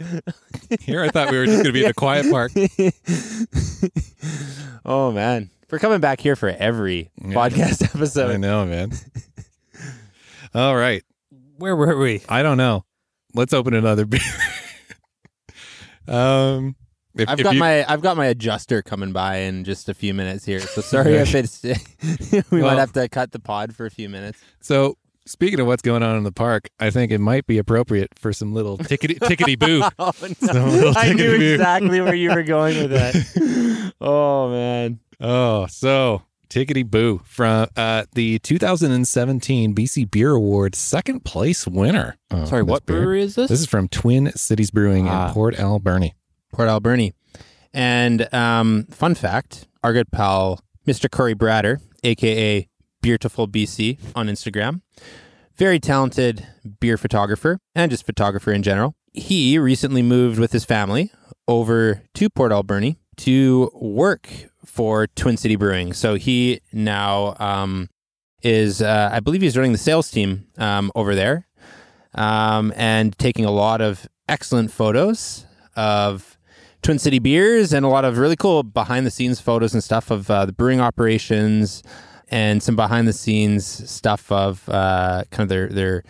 [SPEAKER 2] Here I thought we were just going to be
[SPEAKER 3] [laughs]
[SPEAKER 2] in a quiet park.
[SPEAKER 1] oh man, we're coming back here for every podcast [laughs]
[SPEAKER 2] I
[SPEAKER 1] episode.
[SPEAKER 2] know,
[SPEAKER 3] [laughs]
[SPEAKER 2] man. All right.
[SPEAKER 3] Where were we?
[SPEAKER 2] I don't know. Let's open another beer. [laughs] um, if,
[SPEAKER 1] I've
[SPEAKER 2] if
[SPEAKER 1] got
[SPEAKER 2] you-
[SPEAKER 1] my I've got my adjuster coming by in just a few minutes here,
[SPEAKER 2] [laughs]
[SPEAKER 1] so sorry if it's [laughs] we
[SPEAKER 2] Well-
[SPEAKER 1] might have to cut the pod for a few minutes. [laughs]
[SPEAKER 2] so speaking of what's going on in the park, I think it might be appropriate for some little
[SPEAKER 3] [laughs]
[SPEAKER 2] tickety tickety boo.
[SPEAKER 1] Oh
[SPEAKER 2] Some little
[SPEAKER 1] I knew
[SPEAKER 2] tickety-boo. [laughs]
[SPEAKER 1] exactly where you were going with that. oh man,
[SPEAKER 2] Oh, so Tickety boo from uh, the 2017 BC Beer Award second place winner. Oh,
[SPEAKER 3] Sorry,
[SPEAKER 2] that's
[SPEAKER 3] what
[SPEAKER 2] weird.
[SPEAKER 3] brewery is this?
[SPEAKER 2] This is from Twin Cities Brewing
[SPEAKER 3] Ah.
[SPEAKER 2] in Port Alberni.
[SPEAKER 1] Port Alberni. And um, fun fact, our good pal, Mr. Corey Bratter, aka Beautiful BC on Instagram, very talented beer photographer and just photographer in general. He recently moved with his family over to Port Alberni to work for Twin City Brewing. So he now um, is, uh, I believe he's running the sales team um, over there um, and taking a lot of excellent photos of Twin City beers and a lot of really cool behind the scenes photos and stuff of uh, the brewing operations and some behind the scenes stuff of uh, kind of their their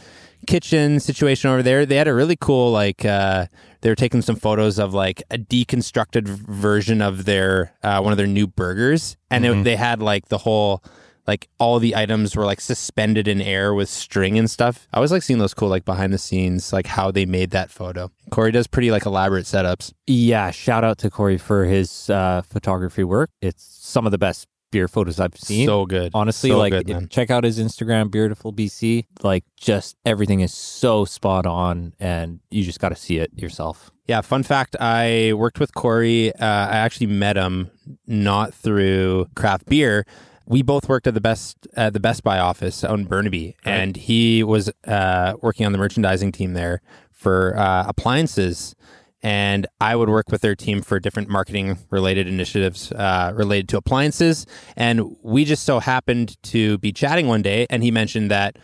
[SPEAKER 1] kitchen situation over there. They had a really cool like uh, they were taking some photos of like a deconstructed version of their uh, one of their new burgers, and
[SPEAKER 3] Mm-hmm.
[SPEAKER 1] it, they had like the whole. Like all the items were like suspended in air with string and stuff. I was like seeing those cool like behind the scenes, like how they made that photo. Corey does pretty like elaborate setups.
[SPEAKER 3] Yeah, shout out to Corey for his uh, photography work. It's some of the best beer photos I've seen.
[SPEAKER 1] So good.
[SPEAKER 3] Honestly,
[SPEAKER 1] So
[SPEAKER 3] like
[SPEAKER 1] good,
[SPEAKER 3] it-
[SPEAKER 1] man.
[SPEAKER 3] check out his Instagram, beautiful BC. Like just everything is so spot on, and you just got to see it yourself.
[SPEAKER 1] Yeah, fun fact I worked with Corey. Uh, I actually met him not through craft beer. We both worked at the best at the Best Buy office on Burnaby, and he was uh, working on the merchandising team there for uh, appliances. And I would work with their team for different marketing related initiatives uh, related to appliances. And we just so happened to be chatting one day, and he mentioned that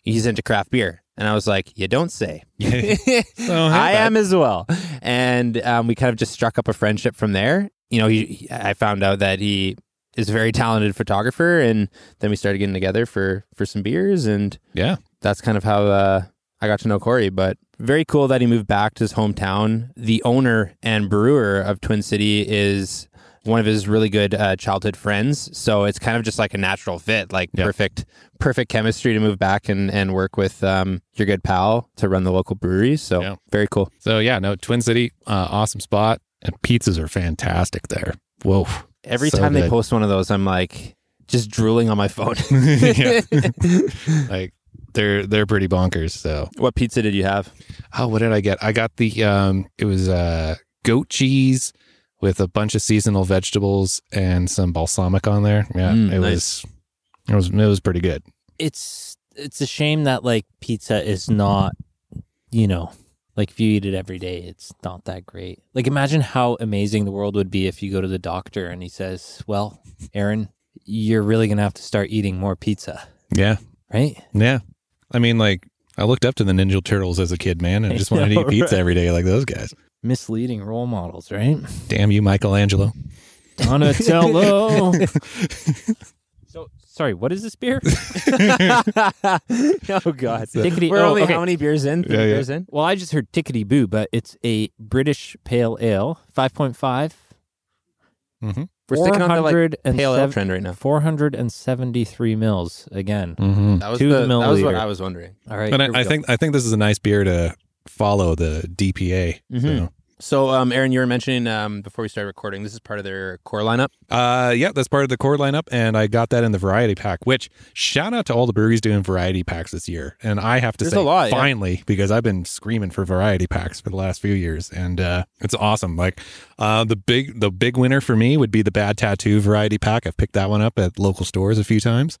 [SPEAKER 1] he's into craft beer. And I was like, You don't say. [laughs] I am as well. And um, we kind of just struck up a friendship from there. You know, he, he- I found out that he is a very talented photographer, and then we started getting together for for some beers, and
[SPEAKER 2] Yeah.
[SPEAKER 1] that's kind of how uh, I got to know Corey. But very cool that he moved back to his hometown. The owner and brewer of Twin City is one of his really good uh, childhood friends, so it's kind of just like a natural fit, like
[SPEAKER 2] Yeah.
[SPEAKER 1] perfect perfect chemistry to move back and and work with um, your good pal to run the local brewery. So
[SPEAKER 2] Yeah.
[SPEAKER 1] very cool.
[SPEAKER 2] So yeah, no, Twin City, uh, awesome spot, and pizzas are fantastic there. Whoa.
[SPEAKER 1] Every
[SPEAKER 2] So
[SPEAKER 1] time they
[SPEAKER 2] good.
[SPEAKER 1] post one of those, I'm like just drooling on my phone. [laughs]
[SPEAKER 2] Yeah. like they're they're pretty bonkers. So
[SPEAKER 1] what pizza did you [laughs] have?
[SPEAKER 2] oh, what did I get? I got the um, it was uh, goat cheese with a bunch of seasonal vegetables and some balsamic on there. Yeah,
[SPEAKER 1] Mm,
[SPEAKER 2] it
[SPEAKER 1] nice.
[SPEAKER 2] was it was it was pretty good.
[SPEAKER 3] It's it's a shame that like pizza is not, you know, like if you eat it every day, it's not that great. Like imagine how amazing the world would be if you go to the doctor and he says, "Well, Aaron, you're really gonna have to start eating more pizza."
[SPEAKER 2] Yeah,
[SPEAKER 3] Right?
[SPEAKER 2] yeah. I mean, like I looked up to the Ninja Turtles as a kid, man, and
[SPEAKER 3] I
[SPEAKER 2] just wanted to
[SPEAKER 3] know,
[SPEAKER 2] eat pizza
[SPEAKER 3] right?
[SPEAKER 2] every day like those guys.
[SPEAKER 3] misleading role models, right?
[SPEAKER 2] Damn you, Michelangelo.
[SPEAKER 3] Donatello. [laughs] so sorry, what is this beer?
[SPEAKER 1] oh God,
[SPEAKER 3] Dickety-
[SPEAKER 1] we're
[SPEAKER 3] oh,
[SPEAKER 1] only
[SPEAKER 3] okay.
[SPEAKER 1] how many beers in? Three
[SPEAKER 2] Yeah, yeah.
[SPEAKER 1] beers in.
[SPEAKER 3] Well, I just heard tickety boo, but it's a British pale ale, five point five.
[SPEAKER 2] Mm-hmm.
[SPEAKER 1] We're sticking on the like pale ale
[SPEAKER 3] 473
[SPEAKER 1] trend right now.
[SPEAKER 3] mils again.
[SPEAKER 2] Mm-hmm.
[SPEAKER 1] That was
[SPEAKER 3] Two
[SPEAKER 1] the, that was what
[SPEAKER 3] milliliter.
[SPEAKER 1] I was wondering.
[SPEAKER 3] All right.
[SPEAKER 2] But
[SPEAKER 3] here we
[SPEAKER 2] I, I
[SPEAKER 3] go.
[SPEAKER 2] think I think this is a nice beer to follow the DPA.
[SPEAKER 1] Mhm.
[SPEAKER 2] So.
[SPEAKER 1] So, um, Aaron, you were mentioning um, before we started recording, this is part of their core lineup.
[SPEAKER 2] Uh, yeah, that's part of the core lineup, and I got that in the variety pack. Which shout out to all the breweries doing variety packs this year. And I have to
[SPEAKER 1] There's
[SPEAKER 2] say,
[SPEAKER 1] a lot, yeah.
[SPEAKER 2] finally, because I've been screaming for variety packs for the last few years, and uh, it's awesome. Like uh, the big the big winner for me would be the Bad Tattoo variety pack. I've picked that one up at local stores a few times.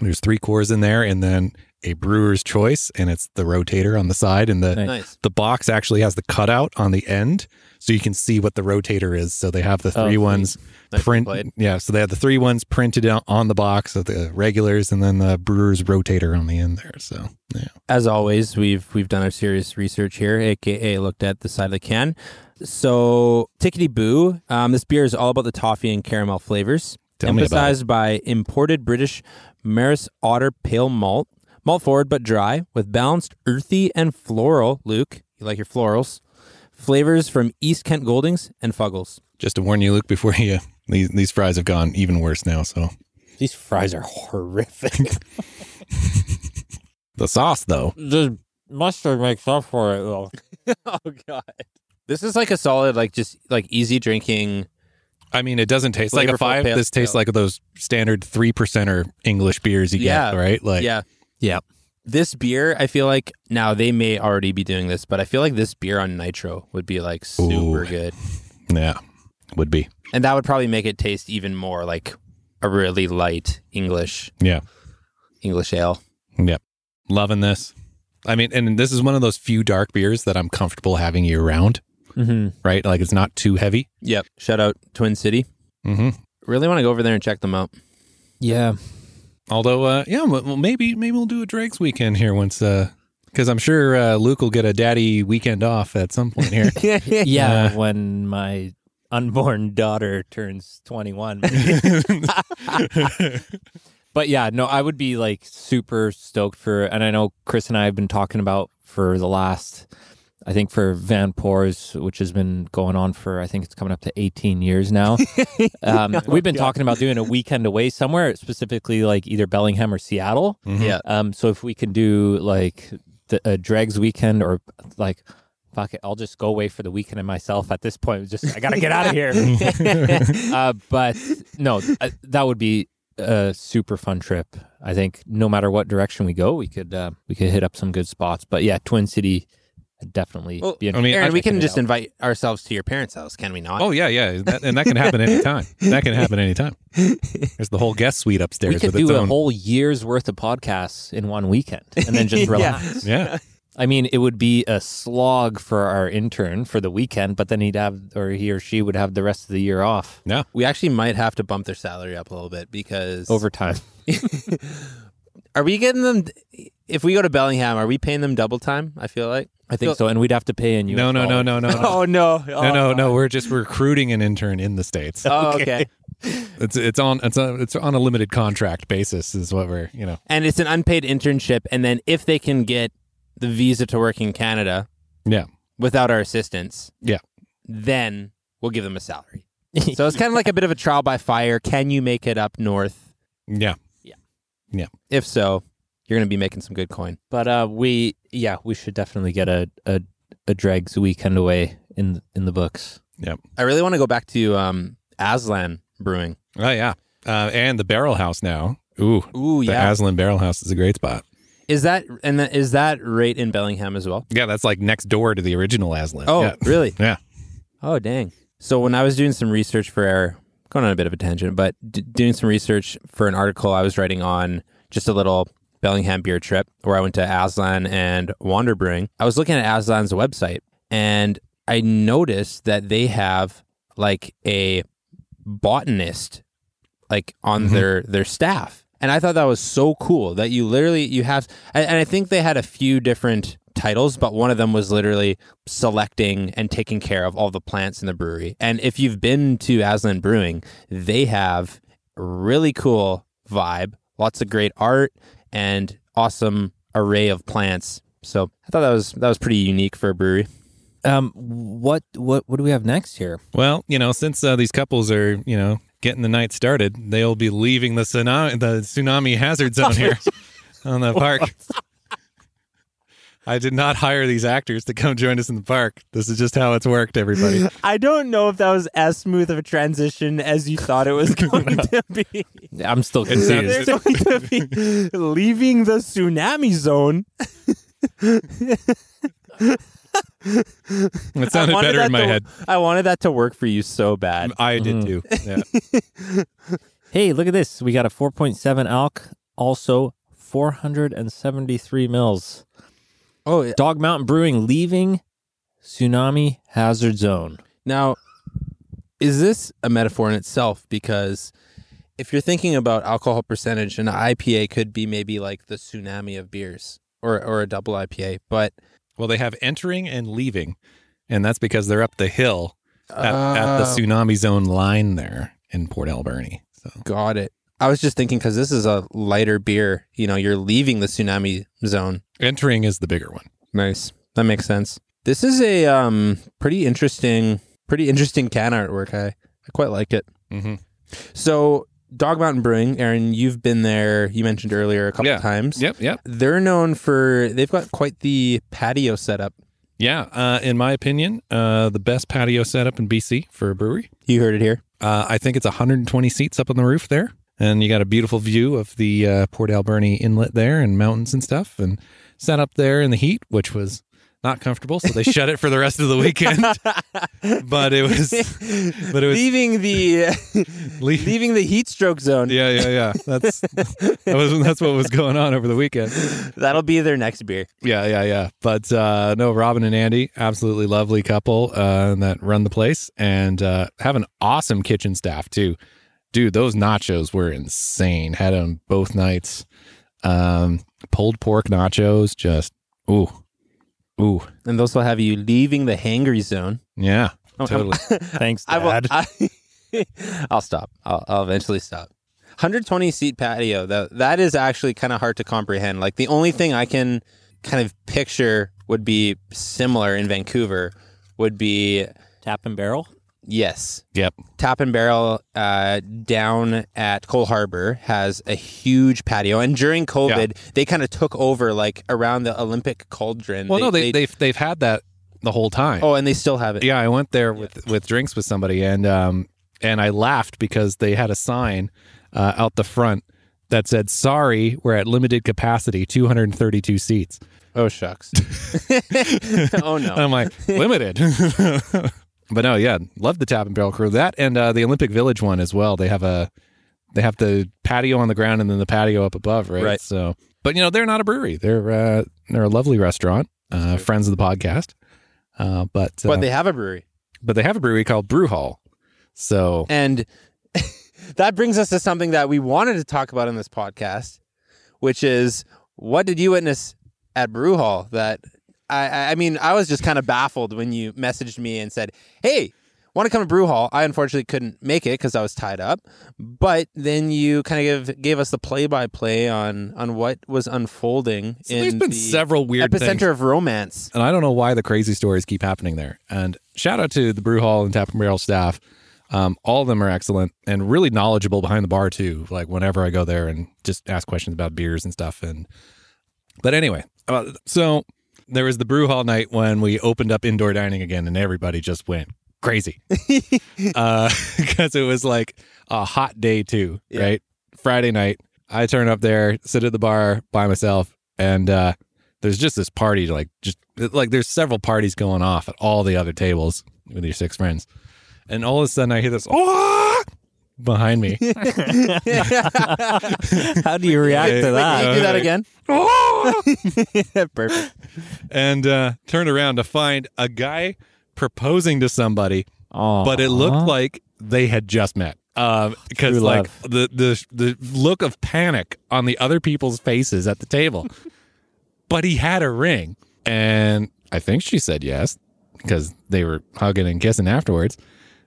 [SPEAKER 2] There's three cores in there, and then a brewer's choice, and it's the rotator on the side and the
[SPEAKER 3] Nice.
[SPEAKER 1] Nice.
[SPEAKER 2] the box actually has the cutout on the end so you can see what the rotator is so they have the
[SPEAKER 3] Oh,
[SPEAKER 2] three
[SPEAKER 3] sweet.
[SPEAKER 2] ones
[SPEAKER 1] Nice
[SPEAKER 2] print
[SPEAKER 1] played.
[SPEAKER 2] yeah so they have the three ones printed out on the box of the regulars and then the brewer's rotator on the end there so yeah
[SPEAKER 1] As always, we've we've done our serious research here, aka looked at the side of the can. So, tickety boo. Um, this beer is all about the toffee and caramel flavors,
[SPEAKER 2] Tell me about
[SPEAKER 1] emphasized by imported British Maris Otter pale malt, malt forward but dry, with balanced earthy and floral. Luke, you like your florals? Flavors from East Kent Goldings and Fuggles.
[SPEAKER 2] just to warn you luke before you these, these fries have gone even worse now so
[SPEAKER 3] these fries are horrific.
[SPEAKER 2] the sauce though
[SPEAKER 3] the mustard makes up for it though.
[SPEAKER 1] oh God, this is like a solid, like just like easy drinking
[SPEAKER 2] I mean, it doesn't taste like a
[SPEAKER 1] Flavorful
[SPEAKER 2] five.
[SPEAKER 1] pale-
[SPEAKER 2] this tastes
[SPEAKER 1] pale.
[SPEAKER 2] like those standard three percenter English beers you
[SPEAKER 1] Yeah.
[SPEAKER 2] get, right? Like,
[SPEAKER 1] yeah.
[SPEAKER 3] Yeah.
[SPEAKER 1] This beer, I feel like now they may already be doing this, but I feel like this beer on nitro would be like super
[SPEAKER 2] Ooh.
[SPEAKER 1] good.
[SPEAKER 2] yeah, would be.
[SPEAKER 1] And that would probably make it taste even more like a really light English
[SPEAKER 2] Yeah.
[SPEAKER 1] English ale.
[SPEAKER 2] Yep. Loving this. I mean, and this is one of those few dark beers that I'm comfortable having year round,
[SPEAKER 3] Mm-hmm.
[SPEAKER 2] right? Like it's not too heavy.
[SPEAKER 1] Yep. Shout out Twin City.
[SPEAKER 2] Mm-hmm.
[SPEAKER 1] Really want to go over there and check them out.
[SPEAKER 3] Yeah. [laughs]
[SPEAKER 2] Although, uh, yeah, well, well, maybe maybe we'll do a Drake's weekend here once, because I'm sure uh, Luke will get a daddy weekend off at some point [laughs] here.
[SPEAKER 3] Yeah. when my unborn daughter turns 21. but yeah, no, I would be like super stoked for, and I know Chris and I have been talking about for the last, I think for Van Poor's, which has been going on for, I think it's coming up to 18 years now. um, we've been talking about doing a weekend away somewhere, specifically like either Bellingham or Seattle.
[SPEAKER 2] Mm-hmm. [laughs]
[SPEAKER 3] [laughs]
[SPEAKER 1] Yeah.
[SPEAKER 3] Um, so if we can do like the, a dregs weekend or like, fuck it, I'll just go away for the weekend and myself at this point. Just I gotta get out of here. uh, but no, uh, that would be a super fun trip. I think no matter what direction we go, we could uh, we could hit up some good spots. But yeah, Twin City I'd definitely.
[SPEAKER 1] Well,
[SPEAKER 3] be an-
[SPEAKER 2] I mean,
[SPEAKER 1] Aaron, we
[SPEAKER 3] checking
[SPEAKER 1] can
[SPEAKER 3] it
[SPEAKER 1] just
[SPEAKER 3] out.
[SPEAKER 1] invite ourselves to your parents' house, can we not?
[SPEAKER 2] Oh yeah, yeah, that, and that can happen anytime. That can happen anytime. There's the whole guest suite upstairs
[SPEAKER 3] we could
[SPEAKER 2] with its
[SPEAKER 3] do a
[SPEAKER 2] own.
[SPEAKER 3] whole year's worth of podcasts in one weekend and then
[SPEAKER 1] [laughs]
[SPEAKER 3] just
[SPEAKER 1] Yeah.
[SPEAKER 3] relax. [laughs]
[SPEAKER 2] yeah,
[SPEAKER 3] I mean, it would be a slog for our intern for the weekend, but then he'd have, or he or she would have the rest of the year off
[SPEAKER 1] We actually might have to bump their salary up a little bit because
[SPEAKER 3] overtime.
[SPEAKER 1] Are we getting them? If we go to Bellingham, are we paying them double time? I feel like.
[SPEAKER 3] I think so. And we'd have to pay in US
[SPEAKER 2] no, no, no, no, no,
[SPEAKER 3] [laughs]
[SPEAKER 2] no,
[SPEAKER 1] no! Oh,
[SPEAKER 2] no, no, no. We're just recruiting an intern in the states.
[SPEAKER 1] Oh, okay.
[SPEAKER 2] It's it's on it's on, it's on a limited contract basis is what we're you know.
[SPEAKER 1] And it's an unpaid internship, and then if they can get the visa to work in Canada,
[SPEAKER 2] Yeah.
[SPEAKER 1] without our assistance,
[SPEAKER 2] Yeah.
[SPEAKER 1] then we'll give them a salary. So it's kind of like a bit of a trial by fire. Can you make it up north?
[SPEAKER 2] Yeah.
[SPEAKER 1] If so, you're going to be making some good coin.
[SPEAKER 3] But uh, we, yeah, we should definitely get a, a, a dregs weekend away in in the books.
[SPEAKER 1] I really want to go back to um, Aslan Brewing.
[SPEAKER 2] Oh yeah. Uh, and the barrel house now. Ooh.
[SPEAKER 1] Ooh,
[SPEAKER 2] The
[SPEAKER 1] yeah.
[SPEAKER 2] Aslan Barrel House is a great spot.
[SPEAKER 1] is that and then is that right in Bellingham as well?
[SPEAKER 2] Yeah, that's like next door to the original Aslan.
[SPEAKER 1] Oh,
[SPEAKER 2] Yeah.
[SPEAKER 1] really?
[SPEAKER 2] Yeah.
[SPEAKER 1] Oh, dang. So when I was doing some research for our going on a bit of a tangent, but d- doing some research for an article I was writing on just a little Bellingham beer trip where I went to Aslan and Wander Brewing. I was looking at Aslan's website and I noticed that they have like a botanist like on
[SPEAKER 2] Mhm.
[SPEAKER 1] their their staff and i thought that was so cool that you literally you have and, and i think they had a few different titles but one of them was literally selecting and taking care of all the plants in the brewery and if you've been to aslan brewing they have really cool vibe lots of great art and awesome array of plants so i thought that was that was pretty unique for a brewery
[SPEAKER 3] Um, what what what do we have next here?
[SPEAKER 2] Well, you know, since uh, these couples are, you know, getting the night started, they'll be leaving the tsunami, the tsunami hazard zone [laughs] here on the park. I did not hire these actors to come join us in the park. This is just how it's worked, [laughs] everybody.
[SPEAKER 1] i don't know if that was as smooth of a transition as you thought it
[SPEAKER 3] [laughs]
[SPEAKER 1] was going to be
[SPEAKER 3] I'm still
[SPEAKER 2] It sounds-
[SPEAKER 3] confused.
[SPEAKER 2] it-
[SPEAKER 1] going to be leaving the tsunami zone.
[SPEAKER 2] [laughs] it sounded better in my head.
[SPEAKER 1] I wanted that to work for you so bad.
[SPEAKER 2] I did too. Yeah.
[SPEAKER 3] [laughs] Hey, look at this. We got a 4.7 alc, also 473 mils.
[SPEAKER 1] Oh,
[SPEAKER 3] Dog Mountain Brewing leaving tsunami hazard zone.
[SPEAKER 1] now is this a metaphor in itself? Because if you're thinking about alcohol percentage, an IPA could be maybe like the tsunami of beers, or or a double IPA. But
[SPEAKER 2] Well, they have entering and leaving, and that's because they're up the hill at, at the
[SPEAKER 1] Oh.
[SPEAKER 2] tsunami zone line there in Port Alberni. So
[SPEAKER 1] got it. I was just thinking because this is a lighter beer. You know, you're leaving the tsunami zone.
[SPEAKER 2] entering is the bigger one.
[SPEAKER 1] Nice. That makes sense. This is a um pretty interesting pretty interesting can artwork. I, I quite like it.
[SPEAKER 2] Mm-hmm.
[SPEAKER 1] So Dog Mountain Brewing, Aaron, you've been there, you mentioned earlier a couple
[SPEAKER 2] Yeah.
[SPEAKER 1] times.
[SPEAKER 2] Yep, yep.
[SPEAKER 1] They're known for they've got quite the patio setup.
[SPEAKER 2] Yeah, uh, in my opinion, uh, the best patio setup in BC for a brewery.
[SPEAKER 1] You heard it here.
[SPEAKER 2] Uh, I think it's 120 seats up on the roof there, and you got a beautiful view of the uh, Port Alberni Inlet there and mountains and stuff. And sat up there in the heat, which was not comfortable, so they shut it for the rest of
[SPEAKER 1] [laughs]
[SPEAKER 2] the weekend. but it was, but it was
[SPEAKER 1] leaving the [laughs]
[SPEAKER 2] leaving.
[SPEAKER 1] leaving the heat stroke zone.
[SPEAKER 2] Yeah, yeah, yeah. That's that was that's what was going on over the weekend.
[SPEAKER 1] That'll be their next beer.
[SPEAKER 2] Yeah, yeah, yeah. But uh, no, Robin and Andy, absolutely lovely couple uh, that run the place and uh, have an awesome kitchen staff too. Dude, those nachos were insane. Had them both nights. Um, pulled pork nachos, just ooh, ooh,
[SPEAKER 1] And those will have you leaving the hangry [laughs] zone.
[SPEAKER 2] yeah,
[SPEAKER 1] I'm-
[SPEAKER 2] totally.
[SPEAKER 3] [laughs] Thanks,
[SPEAKER 1] I
[SPEAKER 3] Dad.
[SPEAKER 1] will. I, [laughs] will stop. I'll, I'll eventually stop. 120 seat patio. That that is actually kind of hard to comprehend. Like the only thing I can kind of picture would be similar in Vancouver would be
[SPEAKER 3] Tap and barrel.
[SPEAKER 1] yes,
[SPEAKER 2] Yep.
[SPEAKER 1] Tap and Barrel uh, down at Cole Harbor has a huge patio, and during COVID, they kind of took over like around the Olympic cauldron.
[SPEAKER 2] Well, no, they, they have they've had that the whole time.
[SPEAKER 1] oh, and they still have it.
[SPEAKER 2] Yeah, I went there with with drinks with somebody, and um, and I laughed because they had a sign uh, out the front that said, "Sorry, we're at limited capacity, 232 seats."
[SPEAKER 1] Oh shucks. [laughs] oh
[SPEAKER 2] [laughs] And
[SPEAKER 1] no.
[SPEAKER 2] I'm like,
[SPEAKER 1] [laughs]
[SPEAKER 2] limited. [laughs] but no, yeah, love the Tap and Barrel crew. That and uh, the Olympic Village one as well. They have a they have the patio on the ground and then the patio up above, right?
[SPEAKER 1] Right.
[SPEAKER 2] So, but you know, they're not a brewery. They're uh, they're a lovely restaurant. Uh, friends of the podcast. Uh, but uh,
[SPEAKER 1] But they have a brewery,
[SPEAKER 2] but they have a brewery called Brew Hall. So
[SPEAKER 1] and [laughs] that brings us to something that we wanted to talk about in this podcast, which is what did you witness at Brew Hall? That I- I, I mean, I was just kind of baffled when you messaged me and said, "Hey, want to come to Brew Hall?" I unfortunately couldn't make it because I was tied up, but then you kind of gave, gave us the play-by-play on on what was unfolding
[SPEAKER 2] So
[SPEAKER 1] in
[SPEAKER 2] there's been
[SPEAKER 1] the
[SPEAKER 2] several weird
[SPEAKER 1] epicenter
[SPEAKER 2] things.
[SPEAKER 1] of
[SPEAKER 2] [laughs]
[SPEAKER 1] romance. [laughs]
[SPEAKER 2] And I don't know why the crazy stories keep happening there. And shout out to the Brew Hall and Tap and Barrel staff. Um, all of them are excellent and really knowledgeable behind the bar too. Like whenever I go there and just ask questions about beers and stuff. And but anyway, uh, so there was the Brew Hall night when we opened up indoor dining again, and everybody just went crazy [laughs] because it was like a hot day too,
[SPEAKER 1] Yeah.
[SPEAKER 2] right? Friday night, I turn up there, sit at the bar by myself, and uh, there's just this party like just like there's several parties going off at all the other tables with your six friends and all of a sudden i hear this oh behind me
[SPEAKER 3] How do you react to
[SPEAKER 1] Can
[SPEAKER 3] that?
[SPEAKER 1] you do that again?
[SPEAKER 2] "Ah!"
[SPEAKER 1] Perfect.
[SPEAKER 2] and uh turn around to find a guy proposing to somebody
[SPEAKER 3] Aw.
[SPEAKER 2] but it looked like they had just met um because
[SPEAKER 3] Uh-huh. True
[SPEAKER 2] like
[SPEAKER 3] love.
[SPEAKER 2] the the the look of panic on the other people's faces at the
[SPEAKER 3] [laughs]
[SPEAKER 2] table but he had a ring and i think she said yes because they were hugging and kissing afterwards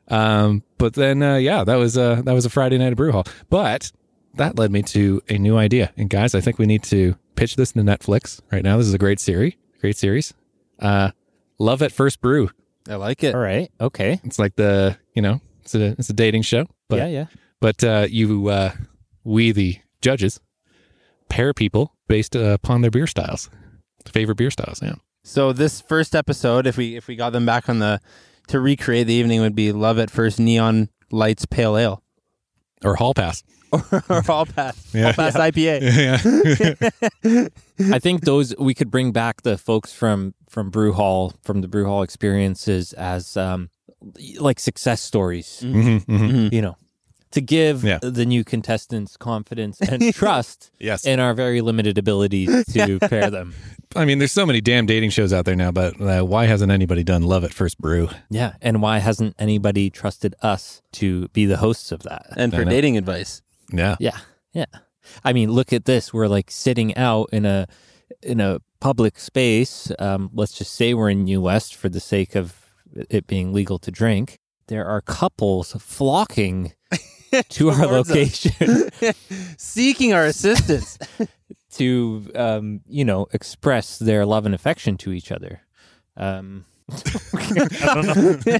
[SPEAKER 2] um but then uh yeah that was uh that was a friday night at brew hall but that led me to a new idea and guys i think we need to pitch this to netflix right now this is a great series great series uh love at first brew
[SPEAKER 1] I like it.
[SPEAKER 3] All right. Okay.
[SPEAKER 2] it's like the you know it's a it's a dating show but
[SPEAKER 3] yeah, yeah.
[SPEAKER 2] but uh you uh we the judges pair people based uh, upon their beer styles favorite beer styles yeah
[SPEAKER 1] So this first episode, if we if we got them back on the to recreate the evening, would be Love at First Neon Lights Pale Ale [laughs]
[SPEAKER 2] or hall pass
[SPEAKER 1] or All Pass
[SPEAKER 2] Yeah.
[SPEAKER 1] All Pass IPA.
[SPEAKER 2] [laughs] yeah
[SPEAKER 3] I think those we could bring back the folks from from Brew Hall from the Brew Hall experiences as um like success stories,
[SPEAKER 2] Mhm, mhm.
[SPEAKER 3] you know, to give
[SPEAKER 2] Yeah.
[SPEAKER 3] the new contestants confidence and trust
[SPEAKER 2] yes
[SPEAKER 3] in our very limited abilities to pair them.
[SPEAKER 2] i mean there's so many damn dating shows out there now but uh, why hasn't anybody done love at first brew
[SPEAKER 3] Yeah, and why hasn't anybody trusted us to be the hosts of that?
[SPEAKER 1] And for
[SPEAKER 2] know.
[SPEAKER 1] dating
[SPEAKER 2] [laughs]
[SPEAKER 1] advice,
[SPEAKER 2] yeah
[SPEAKER 3] Yeah. Yeah. I mean, look at this. We're like sitting out in a in a public space. Um, let's just say we're in New West for the sake of it being legal to drink. There are couples flocking to our
[SPEAKER 1] Towards us.
[SPEAKER 3] location
[SPEAKER 1] [laughs]
[SPEAKER 3] [laughs]
[SPEAKER 1] seeking our assistance.
[SPEAKER 3] to um, you know, express their love and affection to each other. Um [laughs] I don't know.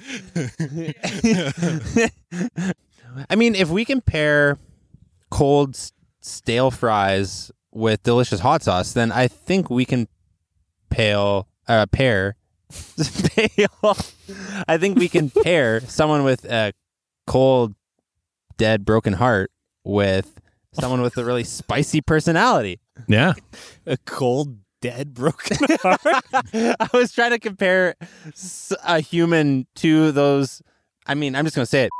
[SPEAKER 1] I mean, if we can pair cold s- stale fries with delicious hot sauce, then I think we can pale uh, [laughs] pair. pale. I think we can pair someone with a cold, dead, broken heart with someone with a really spicy personality.
[SPEAKER 2] [laughs] Yeah.
[SPEAKER 3] A cold, dead, broken heart.
[SPEAKER 1] [laughs] I was trying to compare s- a human to those. I mean, I'm just gonna say it.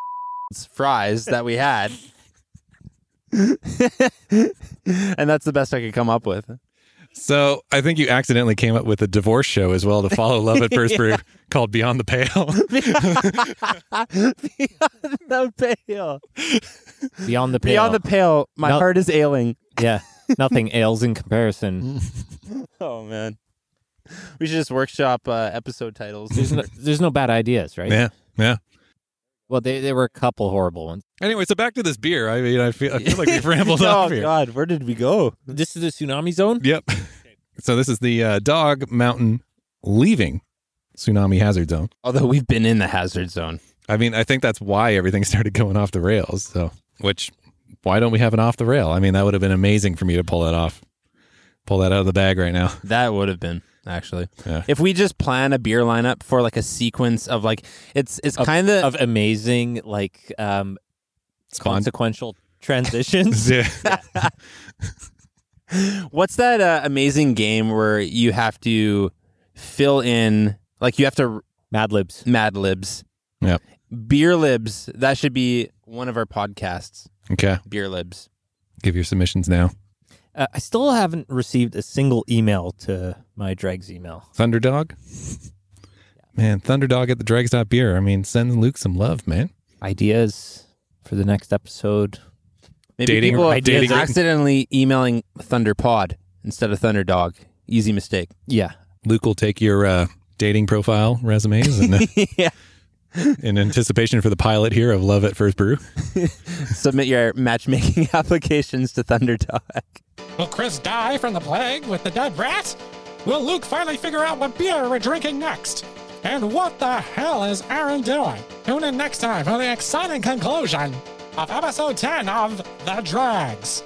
[SPEAKER 1] [laughs] Fries that we had, [laughs] and that's the best I could come up with. [laughs]
[SPEAKER 2] So I think you accidentally came up with a divorce show as well to follow Love at
[SPEAKER 3] [laughs]
[SPEAKER 2] First Brew called Beyond the Pale. [laughs]
[SPEAKER 1] Beyond the pale.
[SPEAKER 3] [laughs] Beyond the pale.
[SPEAKER 1] Beyond the pale. My
[SPEAKER 3] No.
[SPEAKER 1] heart is ailing.
[SPEAKER 3] yeah. Nothing ails in comparison.
[SPEAKER 1] Oh man, we should just workshop uh, episode
[SPEAKER 3] [laughs]
[SPEAKER 1] titles.
[SPEAKER 3] There's no, there's no bad ideas, right?
[SPEAKER 2] yeah. Yeah.
[SPEAKER 3] Well, they, there were a couple horrible ones.
[SPEAKER 2] Anyway, so back to this beer. I mean, I feel, I feel like we've
[SPEAKER 3] [laughs]
[SPEAKER 1] [laughs]
[SPEAKER 2] rambled
[SPEAKER 1] oh
[SPEAKER 2] off here.
[SPEAKER 1] God, where did we go?
[SPEAKER 3] This is the tsunami zone.
[SPEAKER 2] Yep. [laughs] So this is the uh, Dog Mountain leaving tsunami hazard zone.
[SPEAKER 1] Although we've been in the hazard zone.
[SPEAKER 2] I mean, I think that's why everything [laughs] started going off the rails. So, which, why don't we have an off the rail? I mean, that would have been amazing for me to pull that off, pull that out of the bag right now.
[SPEAKER 1] That would have been actually.
[SPEAKER 2] Yeah.
[SPEAKER 1] If we just plan a beer lineup for like a sequence of like it's it's kind
[SPEAKER 3] Of amazing, like, um, consequential
[SPEAKER 2] [laughs]
[SPEAKER 3] transitions.
[SPEAKER 2] Yeah.
[SPEAKER 1] What's that uh, amazing game where you have to fill in like you have to
[SPEAKER 3] Mad Libs.
[SPEAKER 1] Mad Libs.
[SPEAKER 2] Yep.
[SPEAKER 1] Beer Libs. That should be one of our podcasts.
[SPEAKER 2] okay.
[SPEAKER 1] Beer Libs.
[SPEAKER 2] Give your submissions now.
[SPEAKER 3] Uh, I still haven't received a single email to my dregs email.
[SPEAKER 2] Thunderdog. Man, Thunderdog at the Dregs Dot Beer. I mean, send Luke some love, man.
[SPEAKER 3] Ideas for the next episode.
[SPEAKER 1] Maybe
[SPEAKER 2] Dating-
[SPEAKER 1] people are
[SPEAKER 2] dating-
[SPEAKER 1] accidentally emailing Thunderpod instead of Thunderdog. Easy mistake.
[SPEAKER 3] Yeah.
[SPEAKER 2] Luke will take your uh, dating profile resumes and, uh,
[SPEAKER 1] yeah.
[SPEAKER 2] in anticipation for the pilot here of Love at First Brew.
[SPEAKER 1] Submit your matchmaking [laughs] applications to Thunderdog.
[SPEAKER 4] Will Chris die from the plague with the dead rat? Will Luke finally figure out what beer we're drinking next? And what the hell is Aaron doing? Tune in next time for the exciting conclusion of episode 10 of The Drags.